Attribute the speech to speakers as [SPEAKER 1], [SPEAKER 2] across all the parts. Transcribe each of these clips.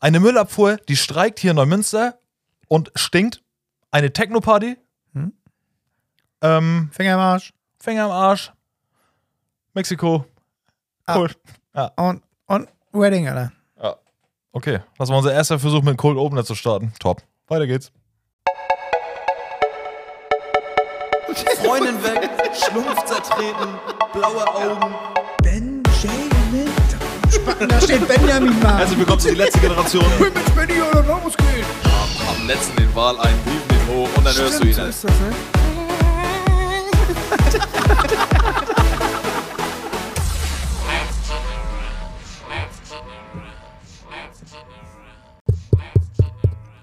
[SPEAKER 1] Eine Müllabfuhr, die streikt hier in Neumünster und stinkt. Eine Techno-Party.
[SPEAKER 2] Hm.
[SPEAKER 1] Ähm,
[SPEAKER 2] Finger im Arsch.
[SPEAKER 1] Finger am Arsch. Mexiko.
[SPEAKER 2] Ah.
[SPEAKER 1] Cool.
[SPEAKER 2] Und, und Wedding, Alter.
[SPEAKER 1] Okay, das war unser erster Versuch mit Cold Opener zu starten. Top. Weiter geht's.
[SPEAKER 3] Freundin weg, Schlumpf zertreten, blaue Augen.
[SPEAKER 2] Benjamin. Da steht Benjamin mal.
[SPEAKER 3] Herzlich willkommen zu die letzte Generation.
[SPEAKER 2] mit Benny oder Rose gehen.
[SPEAKER 3] Am letzten den Wahl ein, hieven den hoch und dann hörst du ihn.
[SPEAKER 2] ist das, ne?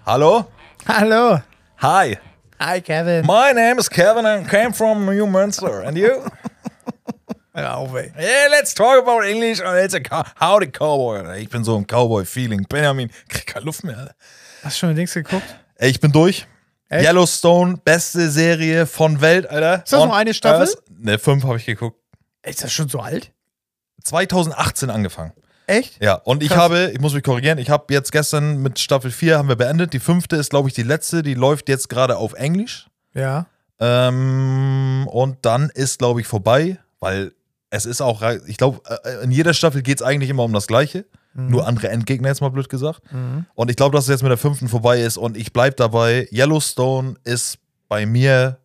[SPEAKER 1] Hallo?
[SPEAKER 2] Hallo.
[SPEAKER 1] Hi.
[SPEAKER 2] Hi, Kevin.
[SPEAKER 1] My name is Kevin and came from New Münster. And you?
[SPEAKER 2] Hör auf, ey.
[SPEAKER 1] Yeah, let's talk about English and it's a cow howdy cowboy. Alter. Ich bin so ein Cowboy-Feeling. Benjamin, krieg keine Luft mehr. Alter.
[SPEAKER 2] Hast du schon Dings geguckt?
[SPEAKER 1] Ey, ich bin durch.
[SPEAKER 2] Echt?
[SPEAKER 1] Yellowstone, beste Serie von Welt, Alter.
[SPEAKER 2] Ist das
[SPEAKER 1] On
[SPEAKER 2] nur eine Staffel?
[SPEAKER 1] Earth. Ne, fünf habe ich geguckt.
[SPEAKER 2] Ist das schon so alt?
[SPEAKER 1] 2018 angefangen.
[SPEAKER 2] Echt?
[SPEAKER 1] Ja, und ich
[SPEAKER 2] Krass.
[SPEAKER 1] habe, ich muss mich korrigieren, ich habe jetzt gestern mit Staffel 4 haben wir beendet. Die fünfte ist, glaube ich, die letzte. Die läuft jetzt gerade auf Englisch.
[SPEAKER 2] Ja.
[SPEAKER 1] Ähm, und dann ist, glaube ich, vorbei, weil es ist auch, rei- ich glaube, äh, in jeder Staffel geht es eigentlich immer um das Gleiche.
[SPEAKER 2] Mhm.
[SPEAKER 1] Nur andere Endgegner, jetzt mal blöd gesagt. Und ich glaube, dass es jetzt mit der fünften vorbei ist und ich bleibe dabei. Yellowstone ist bei mir.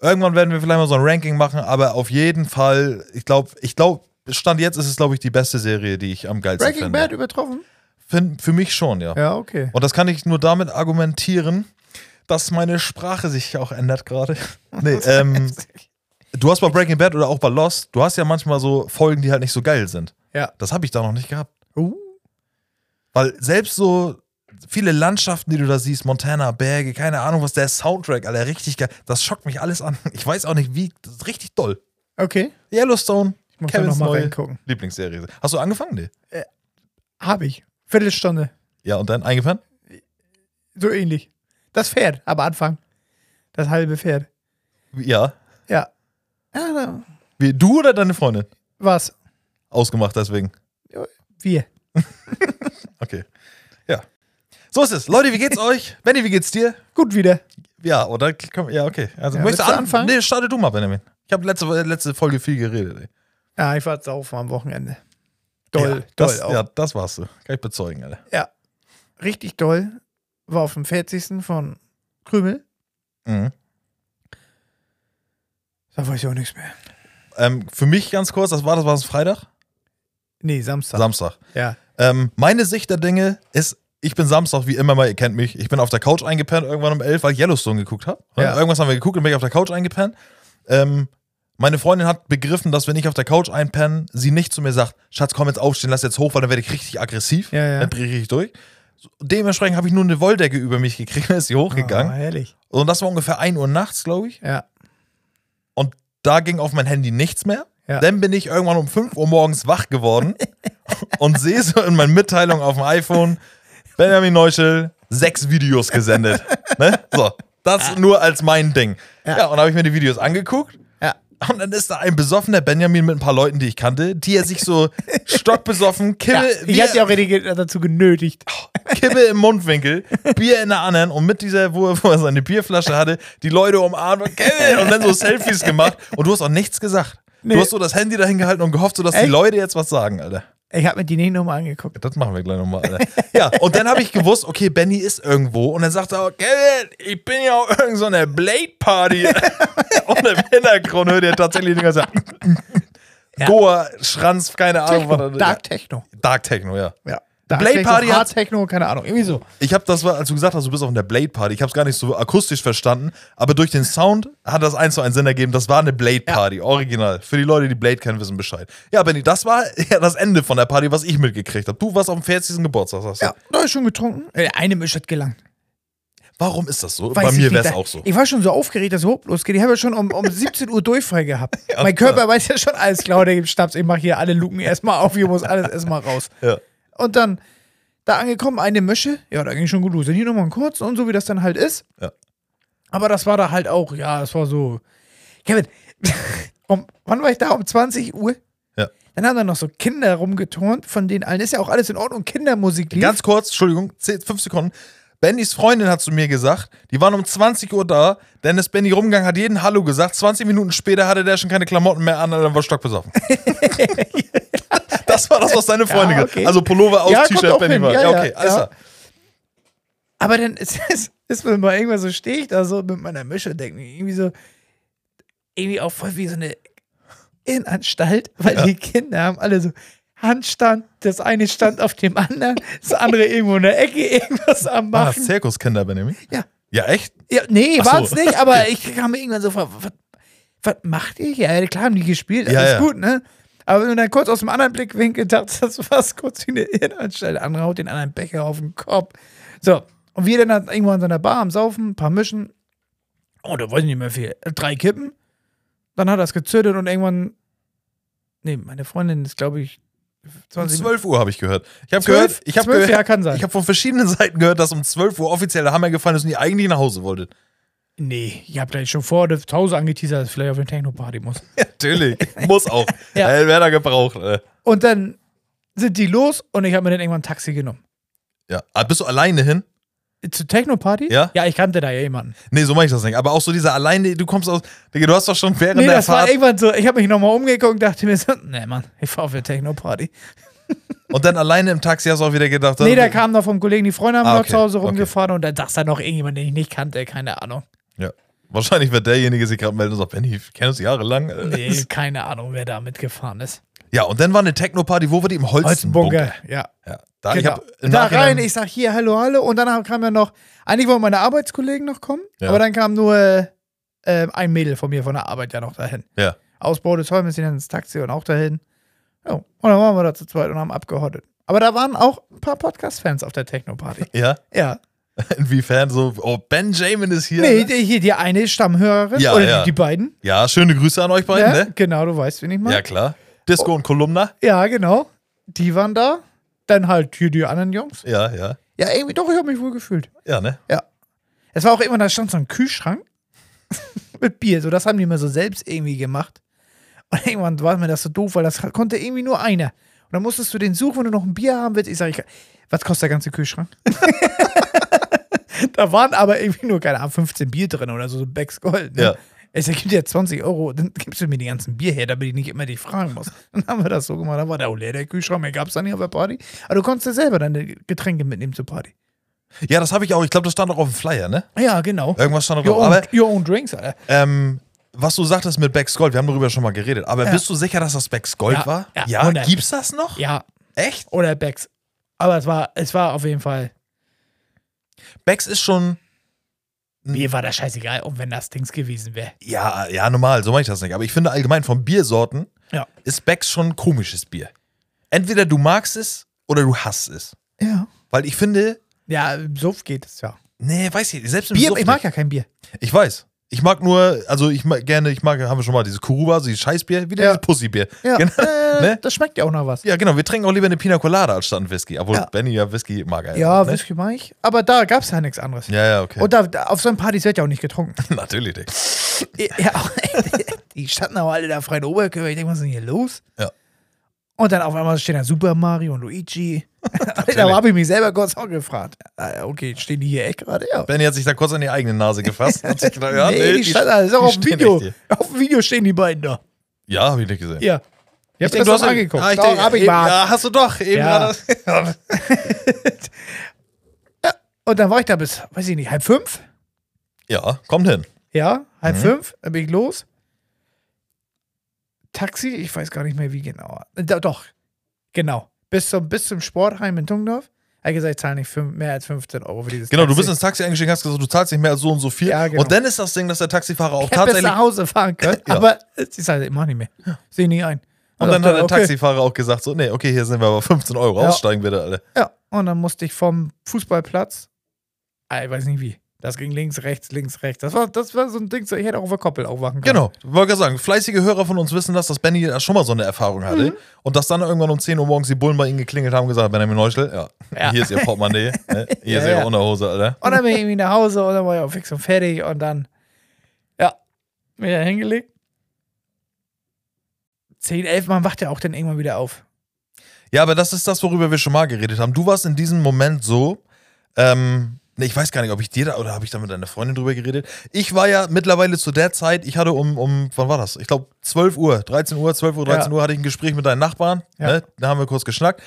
[SPEAKER 1] Irgendwann werden wir vielleicht mal so ein Ranking machen, aber auf jeden Fall, ich glaube, ich glaube, Stand jetzt ist es, glaube ich, die beste Serie, die ich am geilsten
[SPEAKER 2] Breaking
[SPEAKER 1] finde.
[SPEAKER 2] Bad übertroffen?
[SPEAKER 1] Fin- Für mich schon, ja.
[SPEAKER 2] Ja, okay.
[SPEAKER 1] Und das kann ich nur damit argumentieren, dass meine Sprache sich auch ändert gerade. Nee, ähm, du hast bei Breaking Bad oder auch bei Lost, du hast ja manchmal so Folgen, die halt nicht so geil sind.
[SPEAKER 2] Ja.
[SPEAKER 1] Das habe ich da noch nicht gehabt.
[SPEAKER 2] Uh.
[SPEAKER 1] Weil selbst so viele Landschaften, die du da siehst, Montana, Berge, keine Ahnung was, der Soundtrack, Alter, richtig geil. Das schockt mich alles an. Ich weiß auch nicht wie, das ist richtig doll.
[SPEAKER 2] Okay.
[SPEAKER 1] Yellowstone,
[SPEAKER 2] Ich muss da
[SPEAKER 1] Kevins
[SPEAKER 2] nochmal
[SPEAKER 1] neue
[SPEAKER 2] reingucken.
[SPEAKER 1] Lieblingsserie. Hast du angefangen? Nee.
[SPEAKER 2] Hab ich. Viertelstunde.
[SPEAKER 1] Ja, und dann eingefangen?
[SPEAKER 2] So ähnlich. Das Pferd, aber Anfang. Das halbe Pferd.
[SPEAKER 1] Ja.
[SPEAKER 2] Ja. ja da-
[SPEAKER 1] Wie, du oder deine Freundin?
[SPEAKER 2] was?
[SPEAKER 1] Ausgemacht deswegen.
[SPEAKER 2] Wir.
[SPEAKER 1] Okay. Ja. So ist es. Leute, wie geht's euch? Benny, wie geht's dir?
[SPEAKER 2] Gut wieder.
[SPEAKER 1] Ja, oder? Komm, Ja, okay. Also, möchtest du
[SPEAKER 2] Ja, willst du
[SPEAKER 1] an anfangen?
[SPEAKER 2] anfangen?
[SPEAKER 1] Nee, starte du mal, Benjamin. Ich habe letzte, letzte Folge viel geredet. Ey.
[SPEAKER 2] Ja, ich war saufen am Wochenende. Doll,
[SPEAKER 1] ja,
[SPEAKER 2] doll
[SPEAKER 1] das,
[SPEAKER 2] auch.
[SPEAKER 1] Ja, das warst du. Kann ich bezeugen, Alter.
[SPEAKER 2] Richtig doll. War auf dem 40. von Krümel.
[SPEAKER 1] Mhm.
[SPEAKER 2] Da weiß ich auch nichts mehr.
[SPEAKER 1] Ähm, für mich ganz kurz, das war das war das Freitag?
[SPEAKER 2] Nee, Samstag.
[SPEAKER 1] Samstag.
[SPEAKER 2] ja.
[SPEAKER 1] Ähm, meine Sicht der Dinge ist, ich bin Samstag, wie immer mal, ihr kennt mich, ich bin auf der Couch eingepennt, irgendwann um 11, weil ich Yellowstone geguckt habe.
[SPEAKER 2] Ja.
[SPEAKER 1] Irgendwas haben wir geguckt und bin ich auf der Couch eingepennt. Ähm, meine Freundin hat begriffen, dass wenn ich auf der Couch einpenne, sie nicht zu mir sagt, Schatz, komm jetzt aufstehen, lass jetzt hoch, weil dann werde ich richtig aggressiv.
[SPEAKER 2] Ja, ja.
[SPEAKER 1] Dann drehe ich durch. So, Dementsprechend habe ich nur eine Wolldecke über mich gekriegt, dann ist sie
[SPEAKER 2] Ah,
[SPEAKER 1] hochgegangen.
[SPEAKER 2] herrlich.
[SPEAKER 1] Und das war ungefähr 1 Uhr nachts, glaube ich.
[SPEAKER 2] Ja.
[SPEAKER 1] Und da ging auf mein Handy nichts mehr.
[SPEAKER 2] Ja.
[SPEAKER 1] Dann bin ich irgendwann um 5 Uhr morgens wach geworden und sehe so in meinen Mitteilungen auf dem iPhone, Benjamin Neuschel, sechs Videos gesendet. ne? So, das nur als mein Ding. Ja,
[SPEAKER 2] Ah. Ja.
[SPEAKER 1] und habe ich mir die Videos angeguckt.
[SPEAKER 2] Ja.
[SPEAKER 1] Und dann ist da ein besoffener Benjamin mit ein paar Leuten, die ich kannte, die er sich so stockbesoffen,
[SPEAKER 2] ja.
[SPEAKER 1] Kippe,
[SPEAKER 2] Ich
[SPEAKER 1] Bier,
[SPEAKER 2] hatte ja auch richtig dazu genötigt.
[SPEAKER 1] Kippe im Mundwinkel, Bier in der anderen und mit dieser, wo er, wo er seine Bierflasche hatte, die Leute umarmt und, Kevin, und dann so Selfies gemacht. Und du hast auch nichts gesagt.
[SPEAKER 2] Nee.
[SPEAKER 1] Du hast so das Handy dahin gehalten und gehofft, so dass die
[SPEAKER 2] Echt?
[SPEAKER 1] Leute jetzt was sagen, Alter.
[SPEAKER 2] Ich habe mir die nicht nochmal angeguckt.
[SPEAKER 1] Das machen wir gleich nochmal, Alter. Ja, und dann habe ich gewusst, okay, Benny ist irgendwo. Und dann sagt er, Kevin, ich bin ja auf irgendeiner Blade-Party. und im Hintergrund hört ihr tatsächlich den ganzen Goa, Schranz, keine Ahnung.
[SPEAKER 2] Techno,
[SPEAKER 1] was-
[SPEAKER 2] Dark Techno.
[SPEAKER 1] ja, Dark Techno, ja.
[SPEAKER 2] Ja.
[SPEAKER 1] Dark Blade
[SPEAKER 2] Techno,
[SPEAKER 1] Party hat-
[SPEAKER 2] Hard Techno, keine Ahnung. Irgendwie so.
[SPEAKER 1] Ich habe das, war- als du gesagt hast, du bist auf einer Blade Party, ich habe es gar nicht so akustisch verstanden, aber durch den Sound hat das eins zu eins Sinn ergeben. Das war eine Blade Party, original. Für die Leute, die Blade kennen, wissen Bescheid. Ja, Benny, das war ja das Ende von der Party, was ich mitgekriegt habe. Du warst auf dem 40. Geburtstag, sagst du.
[SPEAKER 2] Ja, da ist schon getrunken. Äh, Eine Misch hat gelangt.
[SPEAKER 1] Warum ist das so?
[SPEAKER 2] Weiß
[SPEAKER 1] Bei
[SPEAKER 2] ich
[SPEAKER 1] mir
[SPEAKER 2] nicht.
[SPEAKER 1] wäre es
[SPEAKER 2] Da-
[SPEAKER 1] auch so.
[SPEAKER 2] Ich war schon so aufgeregt, dass es überhaupt losgeht. Ich habe ja schon um, um 17 Uhr Durchfall gehabt. mein Körper weiß ja schon, alles klar, da gibt's Schnaps. Ich mache hier alle Luken erstmal auf, hier muss alles erstmal raus.
[SPEAKER 1] Ja.
[SPEAKER 2] Und dann, da angekommen, eine Mische. Ja, da ging schon gut los. Dann hier nochmal einen kurzen und so, wie das dann halt ist.
[SPEAKER 1] Ja.
[SPEAKER 2] Aber das war da halt auch, ja, das war so. Kevin, um, wann war ich da? Um 20 Uhr?
[SPEAKER 1] Ja.
[SPEAKER 2] Dann haben da noch so Kinder rumgeturnt, von denen allen ist ja auch alles in Ordnung. Kindermusik lief.
[SPEAKER 1] Ganz kurz, Entschuldigung, 10, 5 Sekunden. Bennys Freundin hat zu mir gesagt, die waren um 20 Uhr da, dann ist Benny rumgegangen, hat jeden Hallo gesagt, 20 Minuten später hatte der schon keine Klamotten mehr an, dann war stockbesoffen. das war das, was deine Freundin
[SPEAKER 2] Ja,
[SPEAKER 1] gesagt
[SPEAKER 2] okay.
[SPEAKER 1] hat. Also Pullover aus
[SPEAKER 2] Ja, kommt
[SPEAKER 1] T-Shirt,
[SPEAKER 2] auch
[SPEAKER 1] Benny
[SPEAKER 2] hin.
[SPEAKER 1] war.
[SPEAKER 2] Ja,
[SPEAKER 1] Ja,
[SPEAKER 2] ja,
[SPEAKER 1] okay, alles
[SPEAKER 2] ja.
[SPEAKER 1] klar.
[SPEAKER 2] Aber dann ist, ist, ist mir mal irgendwann so, stehe ich da so mit meiner Mische und denke mir irgendwie so, irgendwie auch voll wie so eine Innenanstalt, weil die Kinder haben alle so Handstand, das eine stand auf dem anderen, das andere irgendwo in der Ecke irgendwas am
[SPEAKER 1] Ah,
[SPEAKER 2] Machen.
[SPEAKER 1] Zirkuskinder, Benjamin.
[SPEAKER 2] Ja.
[SPEAKER 1] Ja, echt? Um
[SPEAKER 2] Ja, nee,
[SPEAKER 1] Ach so.
[SPEAKER 2] waren's nicht, aber ich kam mir irgendwann so vor, was, was macht ihr hier? Ja, klar haben die gespielt,
[SPEAKER 1] Ja,
[SPEAKER 2] alles
[SPEAKER 1] ja.
[SPEAKER 2] gut, ne? Aber wenn du dann kurz aus dem anderen Blickwinkel dachtest, das war kurz wie eine Innenanstalt, der andere haut den anderen Becher auf den Kopf. So, und wir dann halt irgendwo an so einer Bar am Saufen, ein paar Mischen. Oh, da wollte ich nicht mehr viel. Drei Kippen. Dann hat er es gezüttet und irgendwann. Nee, meine Freundin ist, glaube ich,
[SPEAKER 1] Um
[SPEAKER 2] 20
[SPEAKER 1] 12 Uhr habe ich gehört. Ich habe
[SPEAKER 2] Zwölf?
[SPEAKER 1] gehört, ich habe
[SPEAKER 2] Zwölf,
[SPEAKER 1] gehört,
[SPEAKER 2] ja, kann sein.
[SPEAKER 1] ich habe von verschiedenen Seiten gehört, dass um 12 Uhr offiziell der Hammer gefallen ist und ihr eigentlich nach Hause wolltet.
[SPEAKER 2] Nee, ich habe gleich schon vor der Pause angeteasert, dass ich vielleicht auf eine Techno-Party muss.
[SPEAKER 1] Natürlich. Muss auch.
[SPEAKER 2] Ja.
[SPEAKER 1] Äh, Wer da gebraucht. Äh.
[SPEAKER 2] Und dann sind die los und ich habe mir dann irgendwann ein Taxi genommen.
[SPEAKER 1] Ja. Ah, bist du alleine hin?
[SPEAKER 2] Zur Techno-Party?
[SPEAKER 1] Ja.
[SPEAKER 2] Ja, ich kannte da ja jemanden.
[SPEAKER 1] Nee, so mache ich das nicht. Aber auch so dieser alleine, du kommst aus. Digga, du hast doch schon während
[SPEAKER 2] Nee,
[SPEAKER 1] der
[SPEAKER 2] das war
[SPEAKER 1] Fahrt.
[SPEAKER 2] irgendwann so, ich habe mich nochmal umgeguckt und dachte mir so, nee, Mann, ich fahr auf eine Techno-Party.
[SPEAKER 1] Und dann alleine im Taxi hast du auch wieder gedacht. also
[SPEAKER 2] Nee, da kam noch vom Kollegen, die Freunde haben
[SPEAKER 1] Ah,
[SPEAKER 2] noch
[SPEAKER 1] okay,
[SPEAKER 2] zu Hause
[SPEAKER 1] okay.
[SPEAKER 2] rumgefahren und dann saß da noch irgendjemand, den ich nicht kannte, keine Ahnung.
[SPEAKER 1] Ja. Wahrscheinlich wird derjenige sich gerade melden und sagt, Benny, ich kenne uns jahrelang. Äh,
[SPEAKER 2] Nee, keine Ahnung, wer da mitgefahren ist.
[SPEAKER 1] Ja, und dann war eine Techno-Party, wo war die? Im Holzenbunker.
[SPEAKER 2] Holzenbunker, ja.
[SPEAKER 1] Ja, da, Ah, ich
[SPEAKER 2] Genau.
[SPEAKER 1] hab im
[SPEAKER 2] Da
[SPEAKER 1] Nachhinein-
[SPEAKER 2] rein, ich sag hier, hallo, hallo. Und dann kam ja noch, eigentlich wollten meine Arbeitskollegen noch kommen,
[SPEAKER 1] Ja.
[SPEAKER 2] aber dann kam nur äh, äh, ein Mädel von mir von der Arbeit ja noch dahin.
[SPEAKER 1] Ja.
[SPEAKER 2] Ausbau des Holmes, die dann ins Taxi und auch dahin. Ja, und dann waren wir da zu zweit und haben abgehottet. Aber da waren auch ein paar Podcast-Fans auf der Techno-Party.
[SPEAKER 1] Ja.
[SPEAKER 2] ja.
[SPEAKER 1] Inwiefern so, oh, Benjamin ist hier.
[SPEAKER 2] Nee, die, hier die eine Stammhörerin
[SPEAKER 1] Ja,
[SPEAKER 2] oder
[SPEAKER 1] ja.
[SPEAKER 2] Die, die beiden.
[SPEAKER 1] Ja, schöne Grüße an euch beiden,
[SPEAKER 2] ja,
[SPEAKER 1] ne?
[SPEAKER 2] Genau, du weißt, wen ich meine.
[SPEAKER 1] Ja, klar. Disco und Kolumna.
[SPEAKER 2] ja, genau. Die waren da. Dann halt hier die anderen Jungs.
[SPEAKER 1] Ja, ja.
[SPEAKER 2] Ja, irgendwie doch, ich habe mich wohl gefühlt.
[SPEAKER 1] Ja, ne?
[SPEAKER 2] Es war auch immer, da stand so ein Kühlschrank mit Bier. So, das haben die mal so selbst irgendwie gemacht. Und irgendwann war mir das so doof, weil das konnte irgendwie nur einer. Und dann musstest du den suchen, wenn du noch ein Bier haben willst. Ich sage, ich, was kostet der ganze Kühlschrank? da waren aber irgendwie nur, keine Ahnung, 15 Bier drin oder so, so Becks Gold. Ne?
[SPEAKER 1] Ja.
[SPEAKER 2] Ich sag, gib dir 20 Euro, dann gibst du mir die ganzen Bier her, damit ich nicht immer dich fragen muss. Dann haben wir das so gemacht. Dann war der auch leer, der Kühlschrank, mehr gab's dann nicht auf der Party. Aber du konntest ja selber deine Getränke mitnehmen zur Party.
[SPEAKER 1] Ja, das habe ich auch. Ich glaube, das stand auch auf dem Flyer, ne?
[SPEAKER 2] Ja, genau.
[SPEAKER 1] Irgendwas stand auch
[SPEAKER 2] Your
[SPEAKER 1] drauf.
[SPEAKER 2] own,
[SPEAKER 1] Aber
[SPEAKER 2] your own drinks, Alter.
[SPEAKER 1] ähm, was du sagtest mit Becks Gold, wir haben darüber schon mal geredet. Aber
[SPEAKER 2] Ja.
[SPEAKER 1] bist du sicher, dass das Becks Gold
[SPEAKER 2] Ja,
[SPEAKER 1] war?
[SPEAKER 2] ja,
[SPEAKER 1] ja.
[SPEAKER 2] 100.
[SPEAKER 1] Gibt's das noch?
[SPEAKER 2] Ja,
[SPEAKER 1] Echt?
[SPEAKER 2] oder Becks. Aber es war, es war auf jeden Fall.
[SPEAKER 1] Becks ist schon.
[SPEAKER 2] Mir war das scheißegal, und wenn das Dings gewesen wäre.
[SPEAKER 1] Ja, ja, normal, so mache ich das nicht. Aber ich finde allgemein von Biersorten
[SPEAKER 2] Ja.
[SPEAKER 1] ist Becks schon ein komisches Bier. Entweder du magst es oder du hasst es.
[SPEAKER 2] Ja.
[SPEAKER 1] Weil ich finde,
[SPEAKER 2] Ja, im Suff geht es ja.
[SPEAKER 1] nee, weiß ich, nicht, selbst im
[SPEAKER 2] Bier,
[SPEAKER 1] Suff
[SPEAKER 2] ich mag ja kein Bier.
[SPEAKER 1] Ich weiß. Ich mag nur, also ich mag gerne, ich mag, haben wir schon mal dieses Kuruba, also dieses Scheißbier, wieder
[SPEAKER 2] Ja.
[SPEAKER 1] dieses Pussybier.
[SPEAKER 2] Ja,
[SPEAKER 1] Genau.
[SPEAKER 2] äh,
[SPEAKER 1] Ne?
[SPEAKER 2] das schmeckt ja auch noch was.
[SPEAKER 1] Ja, genau, wir trinken auch lieber eine Pina Colada als statt einen Whisky. Obwohl
[SPEAKER 2] Ja.
[SPEAKER 1] Benny ja Whisky mag. er
[SPEAKER 2] Ja,
[SPEAKER 1] ne?
[SPEAKER 2] Whisky mag ich. Aber da gab es ja nichts anderes.
[SPEAKER 1] Ja, ja, okay.
[SPEAKER 2] Und da, da, auf so einem Partys wird ja auch nicht getrunken.
[SPEAKER 1] Natürlich nicht.
[SPEAKER 2] ja, auch- die standen aber alle da freien Oberkörper. Ich denke, was ist denn hier los?
[SPEAKER 1] Ja.
[SPEAKER 2] Und dann auf einmal stehen da Super Mario und Luigi. da
[SPEAKER 1] Natürlich.
[SPEAKER 2] habe ich mich selber kurz auch gefragt. Ah, Okay, stehen die hier echt gerade? Ja.
[SPEAKER 1] Benny hat sich da kurz an die eigene Nase gefasst. und hat sich gedacht, ja,
[SPEAKER 2] nee, die, standen da. Das ist auch
[SPEAKER 1] die
[SPEAKER 2] auf dem
[SPEAKER 1] stehen
[SPEAKER 2] Video.
[SPEAKER 1] echt
[SPEAKER 2] Auf dem Video stehen die beiden da.
[SPEAKER 1] hier. Ja, hab ich nicht gesehen.
[SPEAKER 2] Ja. Ich hab
[SPEAKER 1] denk,
[SPEAKER 2] das doch angeguckt.
[SPEAKER 1] Ah, ich
[SPEAKER 2] Doch,
[SPEAKER 1] denk,
[SPEAKER 2] hab ich
[SPEAKER 1] eben,
[SPEAKER 2] mal.
[SPEAKER 1] ja, hast du doch. Eben
[SPEAKER 2] Ja.
[SPEAKER 1] war das.
[SPEAKER 2] Und dann war ich da bis, weiß ich nicht, halb fünf?
[SPEAKER 1] ja, kommt hin.
[SPEAKER 2] Ja,
[SPEAKER 1] Mhm.
[SPEAKER 2] halb fünf, dann bin ich los. Taxi, ich weiß gar nicht mehr wie genau. Äh, do- doch, genau. Bis zum, bis zum Sportheim in Tungdorf. Er hat gesagt, ich zahle nicht fünf, mehr als 15 Euro für dieses
[SPEAKER 1] Genau, du
[SPEAKER 2] Taxi.
[SPEAKER 1] bist ins Taxi eingestiegen, hast gesagt, du zahlst nicht mehr als so und so viel.
[SPEAKER 2] Ja, genau.
[SPEAKER 1] Und dann ist das Ding, dass der Taxifahrer auch
[SPEAKER 2] Ich hätte bis
[SPEAKER 1] tatsächlich.
[SPEAKER 2] nach Hause fahren können,
[SPEAKER 1] Ja.
[SPEAKER 2] aber sie sagt, ich mach nicht mehr. Seh ich nicht ein.
[SPEAKER 1] Und dann hat
[SPEAKER 2] sagt er,
[SPEAKER 1] der
[SPEAKER 2] okay.
[SPEAKER 1] Taxifahrer auch gesagt: so, nee, okay, hier sind wir aber 15 Euro,
[SPEAKER 2] Ja.
[SPEAKER 1] aussteigen bitte alle.
[SPEAKER 2] Ja, und dann musste ich vom Fußballplatz, ah, ich weiß nicht wie, das ging links, rechts, links, rechts. Das war, das war so ein Ding, so, ich hätte auch auf der Koppel aufwachen können.
[SPEAKER 1] Genau, wollte gerade sagen, fleißige Hörer von uns wissen das, dass Benny da schon mal so eine Erfahrung hatte
[SPEAKER 2] Mhm.
[SPEAKER 1] und dass dann irgendwann um 10 Uhr morgens die Bullen bei ihm geklingelt haben und gesagt, Benjamin Neuschel, ja,
[SPEAKER 2] Ja.
[SPEAKER 1] hier ist ihr Portemonnaie, ne? hier ist
[SPEAKER 2] Ja,
[SPEAKER 1] ihre
[SPEAKER 2] ja.
[SPEAKER 1] Unterhose, Alter.
[SPEAKER 2] Und dann bin ich irgendwie nach Hause und dann war ich auch fix und fertig und dann, ja, wieder hingelegt. 10, 11 Mal wacht er auch dann irgendwann wieder auf.
[SPEAKER 1] Ja, aber das ist das, worüber wir schon mal geredet haben. Du warst in diesem Moment so, ähm, nee, ich weiß gar nicht, ob ich dir da oder habe ich da mit deiner Freundin drüber geredet. Ich war ja mittlerweile zu der Zeit, ich hatte um, um wann war das? Ich glaube 12 Uhr, 13 Uhr, 12 Uhr, 13
[SPEAKER 2] Ja.
[SPEAKER 1] Uhr hatte ich ein Gespräch mit deinen Nachbarn.
[SPEAKER 2] Ja.
[SPEAKER 1] Ne? Da haben wir kurz geschnackt.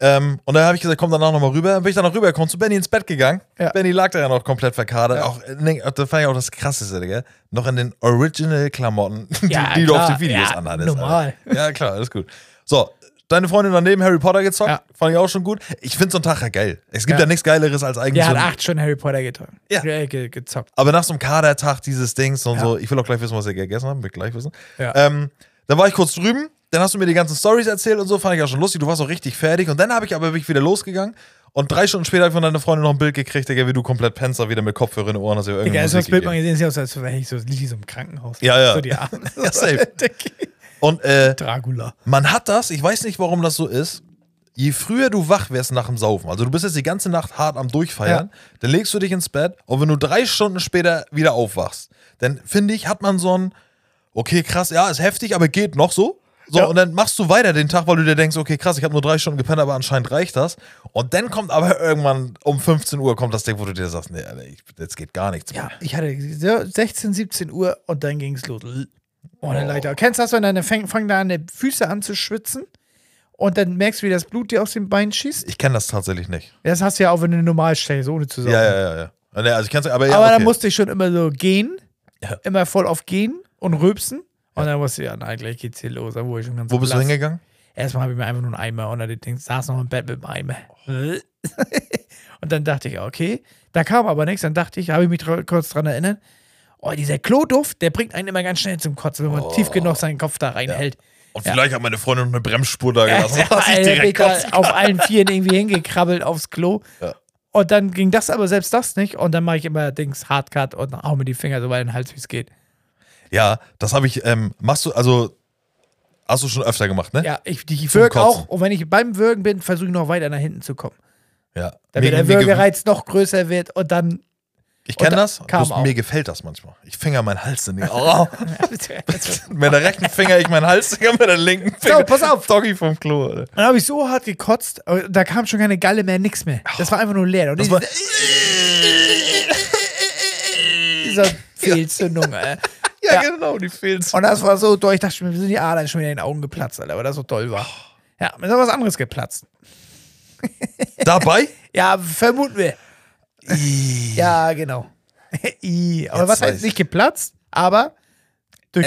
[SPEAKER 1] Ähm, und da habe ich gesagt, komm danach nochmal rüber. Dann bin ich danach rübergekommen, zu Benny ins Bett gegangen.
[SPEAKER 2] Ja.
[SPEAKER 1] Benny lag da ja noch komplett verkadert. Auch, nee, das fand ich auch das Krasseste, gell? Noch in den Original-Klamotten, die,
[SPEAKER 2] Ja,
[SPEAKER 1] die du auf
[SPEAKER 2] klar.
[SPEAKER 1] den Videos
[SPEAKER 2] Ja,
[SPEAKER 1] anhattest.
[SPEAKER 2] normal.
[SPEAKER 1] Alter. Ja, klar, alles gut. So, deine Freundin daneben Harry Potter gezockt,
[SPEAKER 2] Ja.
[SPEAKER 1] fand ich auch schon gut. Ich finde so einen Tag ja geil. Es gibt ja,
[SPEAKER 2] Ja.
[SPEAKER 1] nichts Geileres als eigentlich
[SPEAKER 2] Der
[SPEAKER 1] so
[SPEAKER 2] hat
[SPEAKER 1] ein,
[SPEAKER 2] acht schon Harry Potter getan.
[SPEAKER 1] Ja.
[SPEAKER 2] Ge ge gezockt.
[SPEAKER 1] Aber nach so einem Kadertag dieses Dings und
[SPEAKER 2] Ja.
[SPEAKER 1] so, ich will auch gleich wissen, was ihr gegessen habt, will ich gleich wissen.
[SPEAKER 2] Ja.
[SPEAKER 1] Ähm, dann war ich kurz drüben, dann hast du mir die ganzen Stories erzählt und so, fand ich auch schon lustig, du warst auch richtig fertig und dann habe ich aber wirklich wieder losgegangen und drei Stunden später habe ich von deiner Freundin noch ein Bild gekriegt, Digga, wie du komplett Penzer wieder mit Kopfhörer in den Ohren hast. ihr
[SPEAKER 2] Digga,
[SPEAKER 1] irgendeine
[SPEAKER 2] also das
[SPEAKER 1] Musik
[SPEAKER 2] Bild mal
[SPEAKER 1] gegeben.
[SPEAKER 2] gesehen, das sieht aus, als wäre ich so, liegt so im Krankenhaus.
[SPEAKER 1] Ja, ja.
[SPEAKER 2] So die Arme.
[SPEAKER 1] Ja, safe.
[SPEAKER 2] Digga,
[SPEAKER 1] Und äh,
[SPEAKER 2] Dracula.
[SPEAKER 1] Man hat das, ich weiß nicht, warum das so ist. Je früher du wach wirst nach dem Saufen, also du bist jetzt die ganze Nacht hart am Durchfeiern, dann legst du dich ins Bett und wenn du drei Stunden später wieder aufwachst, dann finde ich, hat man so ein, okay, krass, ja, ist heftig, aber geht noch so. So,
[SPEAKER 2] Ja.
[SPEAKER 1] und dann machst du weiter den Tag, weil du dir denkst, okay, krass, ich habe nur drei Stunden gepennt, aber anscheinend reicht das. Und dann kommt aber irgendwann um 15 Uhr kommt das Ding, wo du dir sagst, nee, Alter, ich, jetzt geht gar nichts
[SPEAKER 2] Ja,
[SPEAKER 1] mehr.
[SPEAKER 2] ich hatte so 16, 17 Uhr und dann ging's los. Ohne Leiter. Kennst du das, wenn deine fäng- fangen da an, die Füße an zu schwitzen und dann merkst du, wie das Blut dir aus dem Bein schießt?
[SPEAKER 1] Ich kenne das tatsächlich nicht.
[SPEAKER 2] Das hast du ja auch, wenn du normal stellst, ohne zu sagen.
[SPEAKER 1] Ja, ja, ja, ja. Nee, Also ich kenn's, aber ja,
[SPEAKER 2] Aber
[SPEAKER 1] okay.
[SPEAKER 2] dann musste ich schon immer so gehen,
[SPEAKER 1] Ja.
[SPEAKER 2] immer voll auf gehen und rülpsen. Und dann musste ich, ja, nein, gleich geht's hier los. Da wurde ich schon ganz
[SPEAKER 1] Wo bist du
[SPEAKER 2] blass.
[SPEAKER 1] hingegangen?
[SPEAKER 2] Erstmal habe ich mir einfach nur einen Eimer unter den Dings, saß noch im Bett mit dem Eimer.
[SPEAKER 1] Oh.
[SPEAKER 2] und dann dachte ich, okay, da kam aber nichts. Dann dachte ich, habe ich mich dra- kurz dran erinnert, oh, dieser Kloduft, der bringt einen immer ganz schnell zum Kotzen, wenn man
[SPEAKER 1] Oh.
[SPEAKER 2] tief genug seinen Kopf da reinhält.
[SPEAKER 1] Und
[SPEAKER 2] Ja.
[SPEAKER 1] vielleicht hat meine Freundin noch eine Bremsspur da gelassen.
[SPEAKER 2] Ja,
[SPEAKER 1] dass ich
[SPEAKER 2] Alter, bin
[SPEAKER 1] direkt
[SPEAKER 2] da
[SPEAKER 1] kotzen kann.
[SPEAKER 2] auf allen Vieren irgendwie hingekrabbelt aufs Klo.
[SPEAKER 1] Ja.
[SPEAKER 2] Und dann ging das aber selbst das nicht. Und dann mache ich immer Dings Hardcut und hau mir die Finger so weit in den Hals, wie es geht.
[SPEAKER 1] ja, das habe ich. Ähm, machst du, also, hast du schon öfter gemacht, ne?
[SPEAKER 2] Ja, ich, ich
[SPEAKER 1] Zum
[SPEAKER 2] würge
[SPEAKER 1] Kotzen.
[SPEAKER 2] auch. Und wenn ich beim Würgen bin, versuche ich noch weiter nach hinten zu kommen.
[SPEAKER 1] ja.
[SPEAKER 2] Damit
[SPEAKER 1] Mir-
[SPEAKER 2] der
[SPEAKER 1] mir ge-
[SPEAKER 2] Würgereiz noch größer wird und dann
[SPEAKER 1] Ich kenne
[SPEAKER 2] und
[SPEAKER 1] das.
[SPEAKER 2] kam
[SPEAKER 1] bloß
[SPEAKER 2] auch.
[SPEAKER 1] Mir gefällt das manchmal. Ich finger meinen Hals in den. Oh,
[SPEAKER 2] dann
[SPEAKER 1] mit der rechten Finger ich meinen Hals, Digga, mit der linken Finger.
[SPEAKER 2] pass auf.
[SPEAKER 1] Doggy vom Klo. Alter.
[SPEAKER 2] habe ich so hart gekotzt, aber da kam schon keine Galle mehr, nix mehr. Das war einfach nur leer. Und
[SPEAKER 1] Das
[SPEAKER 2] das
[SPEAKER 1] war,
[SPEAKER 2] dieser Fehlzündung, ey.
[SPEAKER 1] ja,
[SPEAKER 2] Ja.
[SPEAKER 1] genau, die fehlt.
[SPEAKER 2] Und das war so durch, ich dachte, mir sind die Adern schon wieder in den Augen geplatzt, Alter, weil das so toll war. Ja, mir ist noch was anderes geplatzt.
[SPEAKER 1] Dabei?
[SPEAKER 2] Ja, vermuten wir. Ja, genau. I. aber
[SPEAKER 1] Jetzt
[SPEAKER 2] was
[SPEAKER 1] weiß
[SPEAKER 2] heißt nicht geplatzt, aber durch,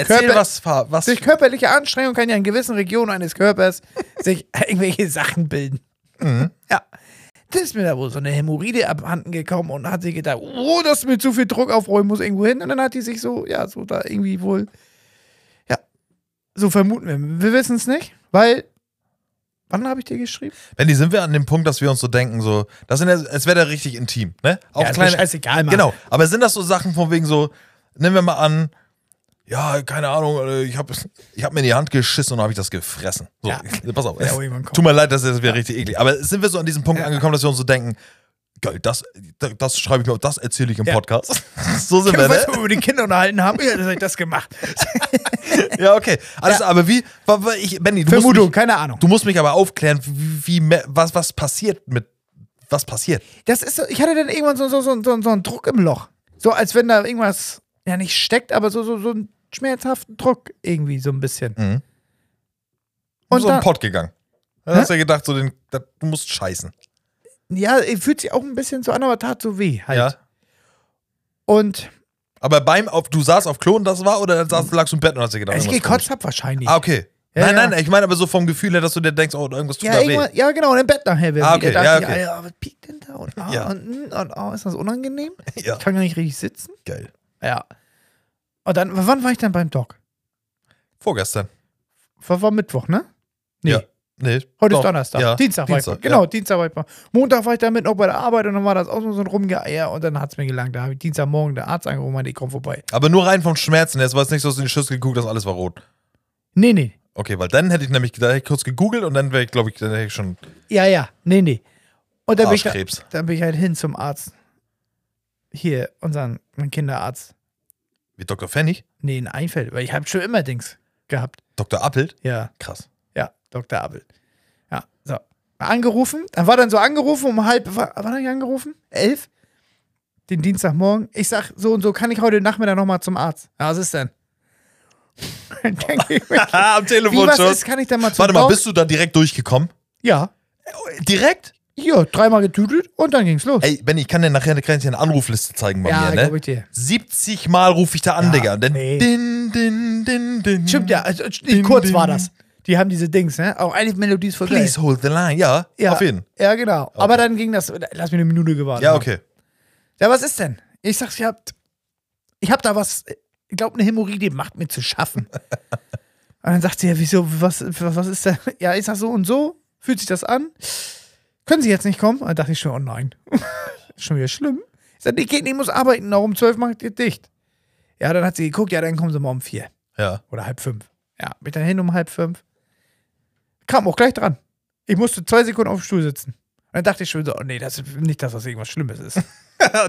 [SPEAKER 1] Erzähl
[SPEAKER 2] Körper,
[SPEAKER 1] was, Fa- was.
[SPEAKER 2] durch körperliche Anstrengung kann ja in gewissen Regionen eines Körpers sich irgendwelche Sachen bilden.
[SPEAKER 1] Mhm.
[SPEAKER 2] Ja. Das ist mir da wohl so eine Hämorrhoide abhanden gekommen und hat sie gedacht, oh, das ist mir zu viel Druck aufräumen muss irgendwo hin. Und dann hat die sich so, ja, so da irgendwie wohl, ja, so vermuten wir. Wir wissen es nicht, weil, wann habe ich dir geschrieben?
[SPEAKER 1] Wenn die sind wir an dem Punkt, dass wir uns so denken, so, das sind ja, es wäre da richtig intim, ne? Auch
[SPEAKER 2] Ja, ist mir scheißegal, Mann.
[SPEAKER 1] Genau, aber sind das so Sachen von wegen so, nehmen wir mal an, ja, keine Ahnung, äh, ich habe ich hab mir in die Hand geschissen und habe ich das gefressen. So,
[SPEAKER 2] Ja.
[SPEAKER 1] pass auf.
[SPEAKER 2] Ja, irgendwann kommt.
[SPEAKER 1] Tut mir leid, das ist jetzt wieder richtig eklig. Aber sind wir so an diesem Punkt angekommen, dass wir uns so denken, geil, das, das schreibe ich mir, auf, das erzähle ich im
[SPEAKER 2] Ja.
[SPEAKER 1] Podcast. so sind
[SPEAKER 2] Ja,
[SPEAKER 1] wir, ne?
[SPEAKER 2] weißt du, wo wir die Kinder unterhalten haben? Ja, das habe ich das gemacht.
[SPEAKER 1] Ja, okay. Alles, aber wie, wa- wa- ich, Benni, du musst
[SPEAKER 2] Vermutung,
[SPEAKER 1] mich,
[SPEAKER 2] keine Ahnung.
[SPEAKER 1] du musst mich aber aufklären, wie, wie me- was, was passiert mit, was passiert?
[SPEAKER 2] Das ist so, ich hatte dann irgendwann so, so, so, so, so einen Druck im Loch. So als wenn da irgendwas, ja nicht steckt, aber so, so, so einen schmerzhaften Druck irgendwie so ein bisschen.
[SPEAKER 1] Mhm.
[SPEAKER 2] Und
[SPEAKER 1] so
[SPEAKER 2] dann,
[SPEAKER 1] einen Pott gegangen. Dann
[SPEAKER 2] Hä?
[SPEAKER 1] hast du ja gedacht, so den, da, du musst scheißen.
[SPEAKER 2] ja, fühlt sich auch ein bisschen so an, aber tat so weh halt.
[SPEAKER 1] Ja.
[SPEAKER 2] Und
[SPEAKER 1] Aber beim, auf, du saßt auf Klo und das war oder saß, lagst du im Bett und hast dir gedacht,
[SPEAKER 2] ich
[SPEAKER 1] irgendwas
[SPEAKER 2] gekotzt hab wahrscheinlich.
[SPEAKER 1] komisch. Ah, okay.
[SPEAKER 2] Ja,
[SPEAKER 1] nein,
[SPEAKER 2] ja.
[SPEAKER 1] nein, ich meine aber so vom Gefühl her, dass du dir denkst, oh, irgendwas tut
[SPEAKER 2] Ja,
[SPEAKER 1] da weh.
[SPEAKER 2] irgendwann, ja, genau, und im Bett nachher. wieder.
[SPEAKER 1] Ah, okay,
[SPEAKER 2] Da
[SPEAKER 1] ja,
[SPEAKER 2] dachte
[SPEAKER 1] okay.
[SPEAKER 2] ich, Alter, was piekt denn da? Und, ah,
[SPEAKER 1] Ja.
[SPEAKER 2] und, und ah, ist das unangenehm?
[SPEAKER 1] Ja,
[SPEAKER 2] Ich kann gar nicht richtig sitzen.
[SPEAKER 1] geil.
[SPEAKER 2] Ja. Und dann, wann war ich dann beim Doc?
[SPEAKER 1] Vorgestern.
[SPEAKER 2] War, war Mittwoch, ne? Nee.
[SPEAKER 1] Ja. Nee.
[SPEAKER 2] Heute
[SPEAKER 1] doch.
[SPEAKER 2] ist Donnerstag.
[SPEAKER 1] Ja.
[SPEAKER 2] Dienstag, war
[SPEAKER 1] Dienstag,
[SPEAKER 2] ich. Genau, Dienstag war ich. mal. Montag war ich damit noch bei der Arbeit und dann war das auch so ein Rumgeeier und dann hat es mir gelangt. Da habe ich Dienstagmorgen der Arzt angerufen und meinte, ich komme vorbei.
[SPEAKER 1] Aber nur rein vom Schmerzen. Jetzt war es nicht so, dass du in die Schüssel geguckt hast, alles war rot.
[SPEAKER 2] Nee, nee.
[SPEAKER 1] Okay, weil dann hätte ich nämlich da hätte ich kurz gegoogelt und dann wäre ich, glaube ich, dann hätte ich schon
[SPEAKER 2] Ja, ja. Nee, nee. Und dann bin, ich, da-
[SPEAKER 1] Arschkrebs.
[SPEAKER 2] dann bin ich halt hin zum Arzt. Hier, unseren, mein Kinderarzt.
[SPEAKER 1] Wie Dr. Pfennig?
[SPEAKER 2] Nee, in Einfeld. Weil ich habe schon immer Dings gehabt.
[SPEAKER 1] Dr. Appelt?
[SPEAKER 2] Ja,
[SPEAKER 1] Krass.
[SPEAKER 2] ja, Dr. Abel. Ja, so. Angerufen, dann war dann so angerufen um halb, war, war dann nicht angerufen? Elf? Den Dienstagmorgen. Ich sag, so und so kann ich heute Nachmittag nochmal zum Arzt. Ja, was ist denn? Dann denke ich mir,
[SPEAKER 1] Ah, am
[SPEAKER 2] wie
[SPEAKER 1] Telefon
[SPEAKER 2] was
[SPEAKER 1] schon.
[SPEAKER 2] ist, genau? kann ich dann mal zum
[SPEAKER 1] Warte mal,
[SPEAKER 2] Bauch-
[SPEAKER 1] bist du da direkt durchgekommen?
[SPEAKER 2] Ja.
[SPEAKER 1] Direkt?
[SPEAKER 2] Ja, dreimal getütelt und dann ging's los.
[SPEAKER 1] Ey, Benni, ich kann dir nachher eine kleine Anrufliste zeigen bei
[SPEAKER 2] ja,
[SPEAKER 1] mir,
[SPEAKER 2] glaub
[SPEAKER 1] ne?
[SPEAKER 2] ich dir.
[SPEAKER 1] 70 Mal rufe ich da an,
[SPEAKER 2] Ja,
[SPEAKER 1] Digga. Und dann
[SPEAKER 2] nee.
[SPEAKER 1] din, din, din, din.
[SPEAKER 2] Stimmt ja, also,
[SPEAKER 1] Ding,
[SPEAKER 2] kurz
[SPEAKER 1] ding.
[SPEAKER 2] war das. Die haben diese Dings, ne? Auch eine Melodie ist voll geil.
[SPEAKER 1] Please hold the line. Ja,
[SPEAKER 2] Ja,
[SPEAKER 1] auf jeden.
[SPEAKER 2] Ja, genau. Aber dann ging das, lass mich eine Minute gewartet.
[SPEAKER 1] Ja,
[SPEAKER 2] haben.
[SPEAKER 1] okay.
[SPEAKER 2] Ja, was ist denn? Ich sag's, ich hab, ich hab da was, ich glaube, eine Hämorrhoide macht mir zu schaffen. und dann sagt sie, ja, wieso, was, was, was ist da? Ja, ich sag so und so, fühlt sich das an? Können Sie jetzt nicht kommen? Da dachte ich schon, oh nein. schon wieder schlimm. Ich sag, ich, geh, ich muss arbeiten, noch um zwölf macht ihr dicht. Ja, dann hat sie geguckt, ja, dann kommen sie mal um vier.
[SPEAKER 1] Ja.
[SPEAKER 2] Oder halb fünf. Ja, bin dann hin um halb fünf. Kam auch gleich dran. Ich musste zwei Sekunden auf dem Stuhl sitzen. Und dann dachte ich schon so, oh nee, das ist nicht das, was irgendwas Schlimmes ist.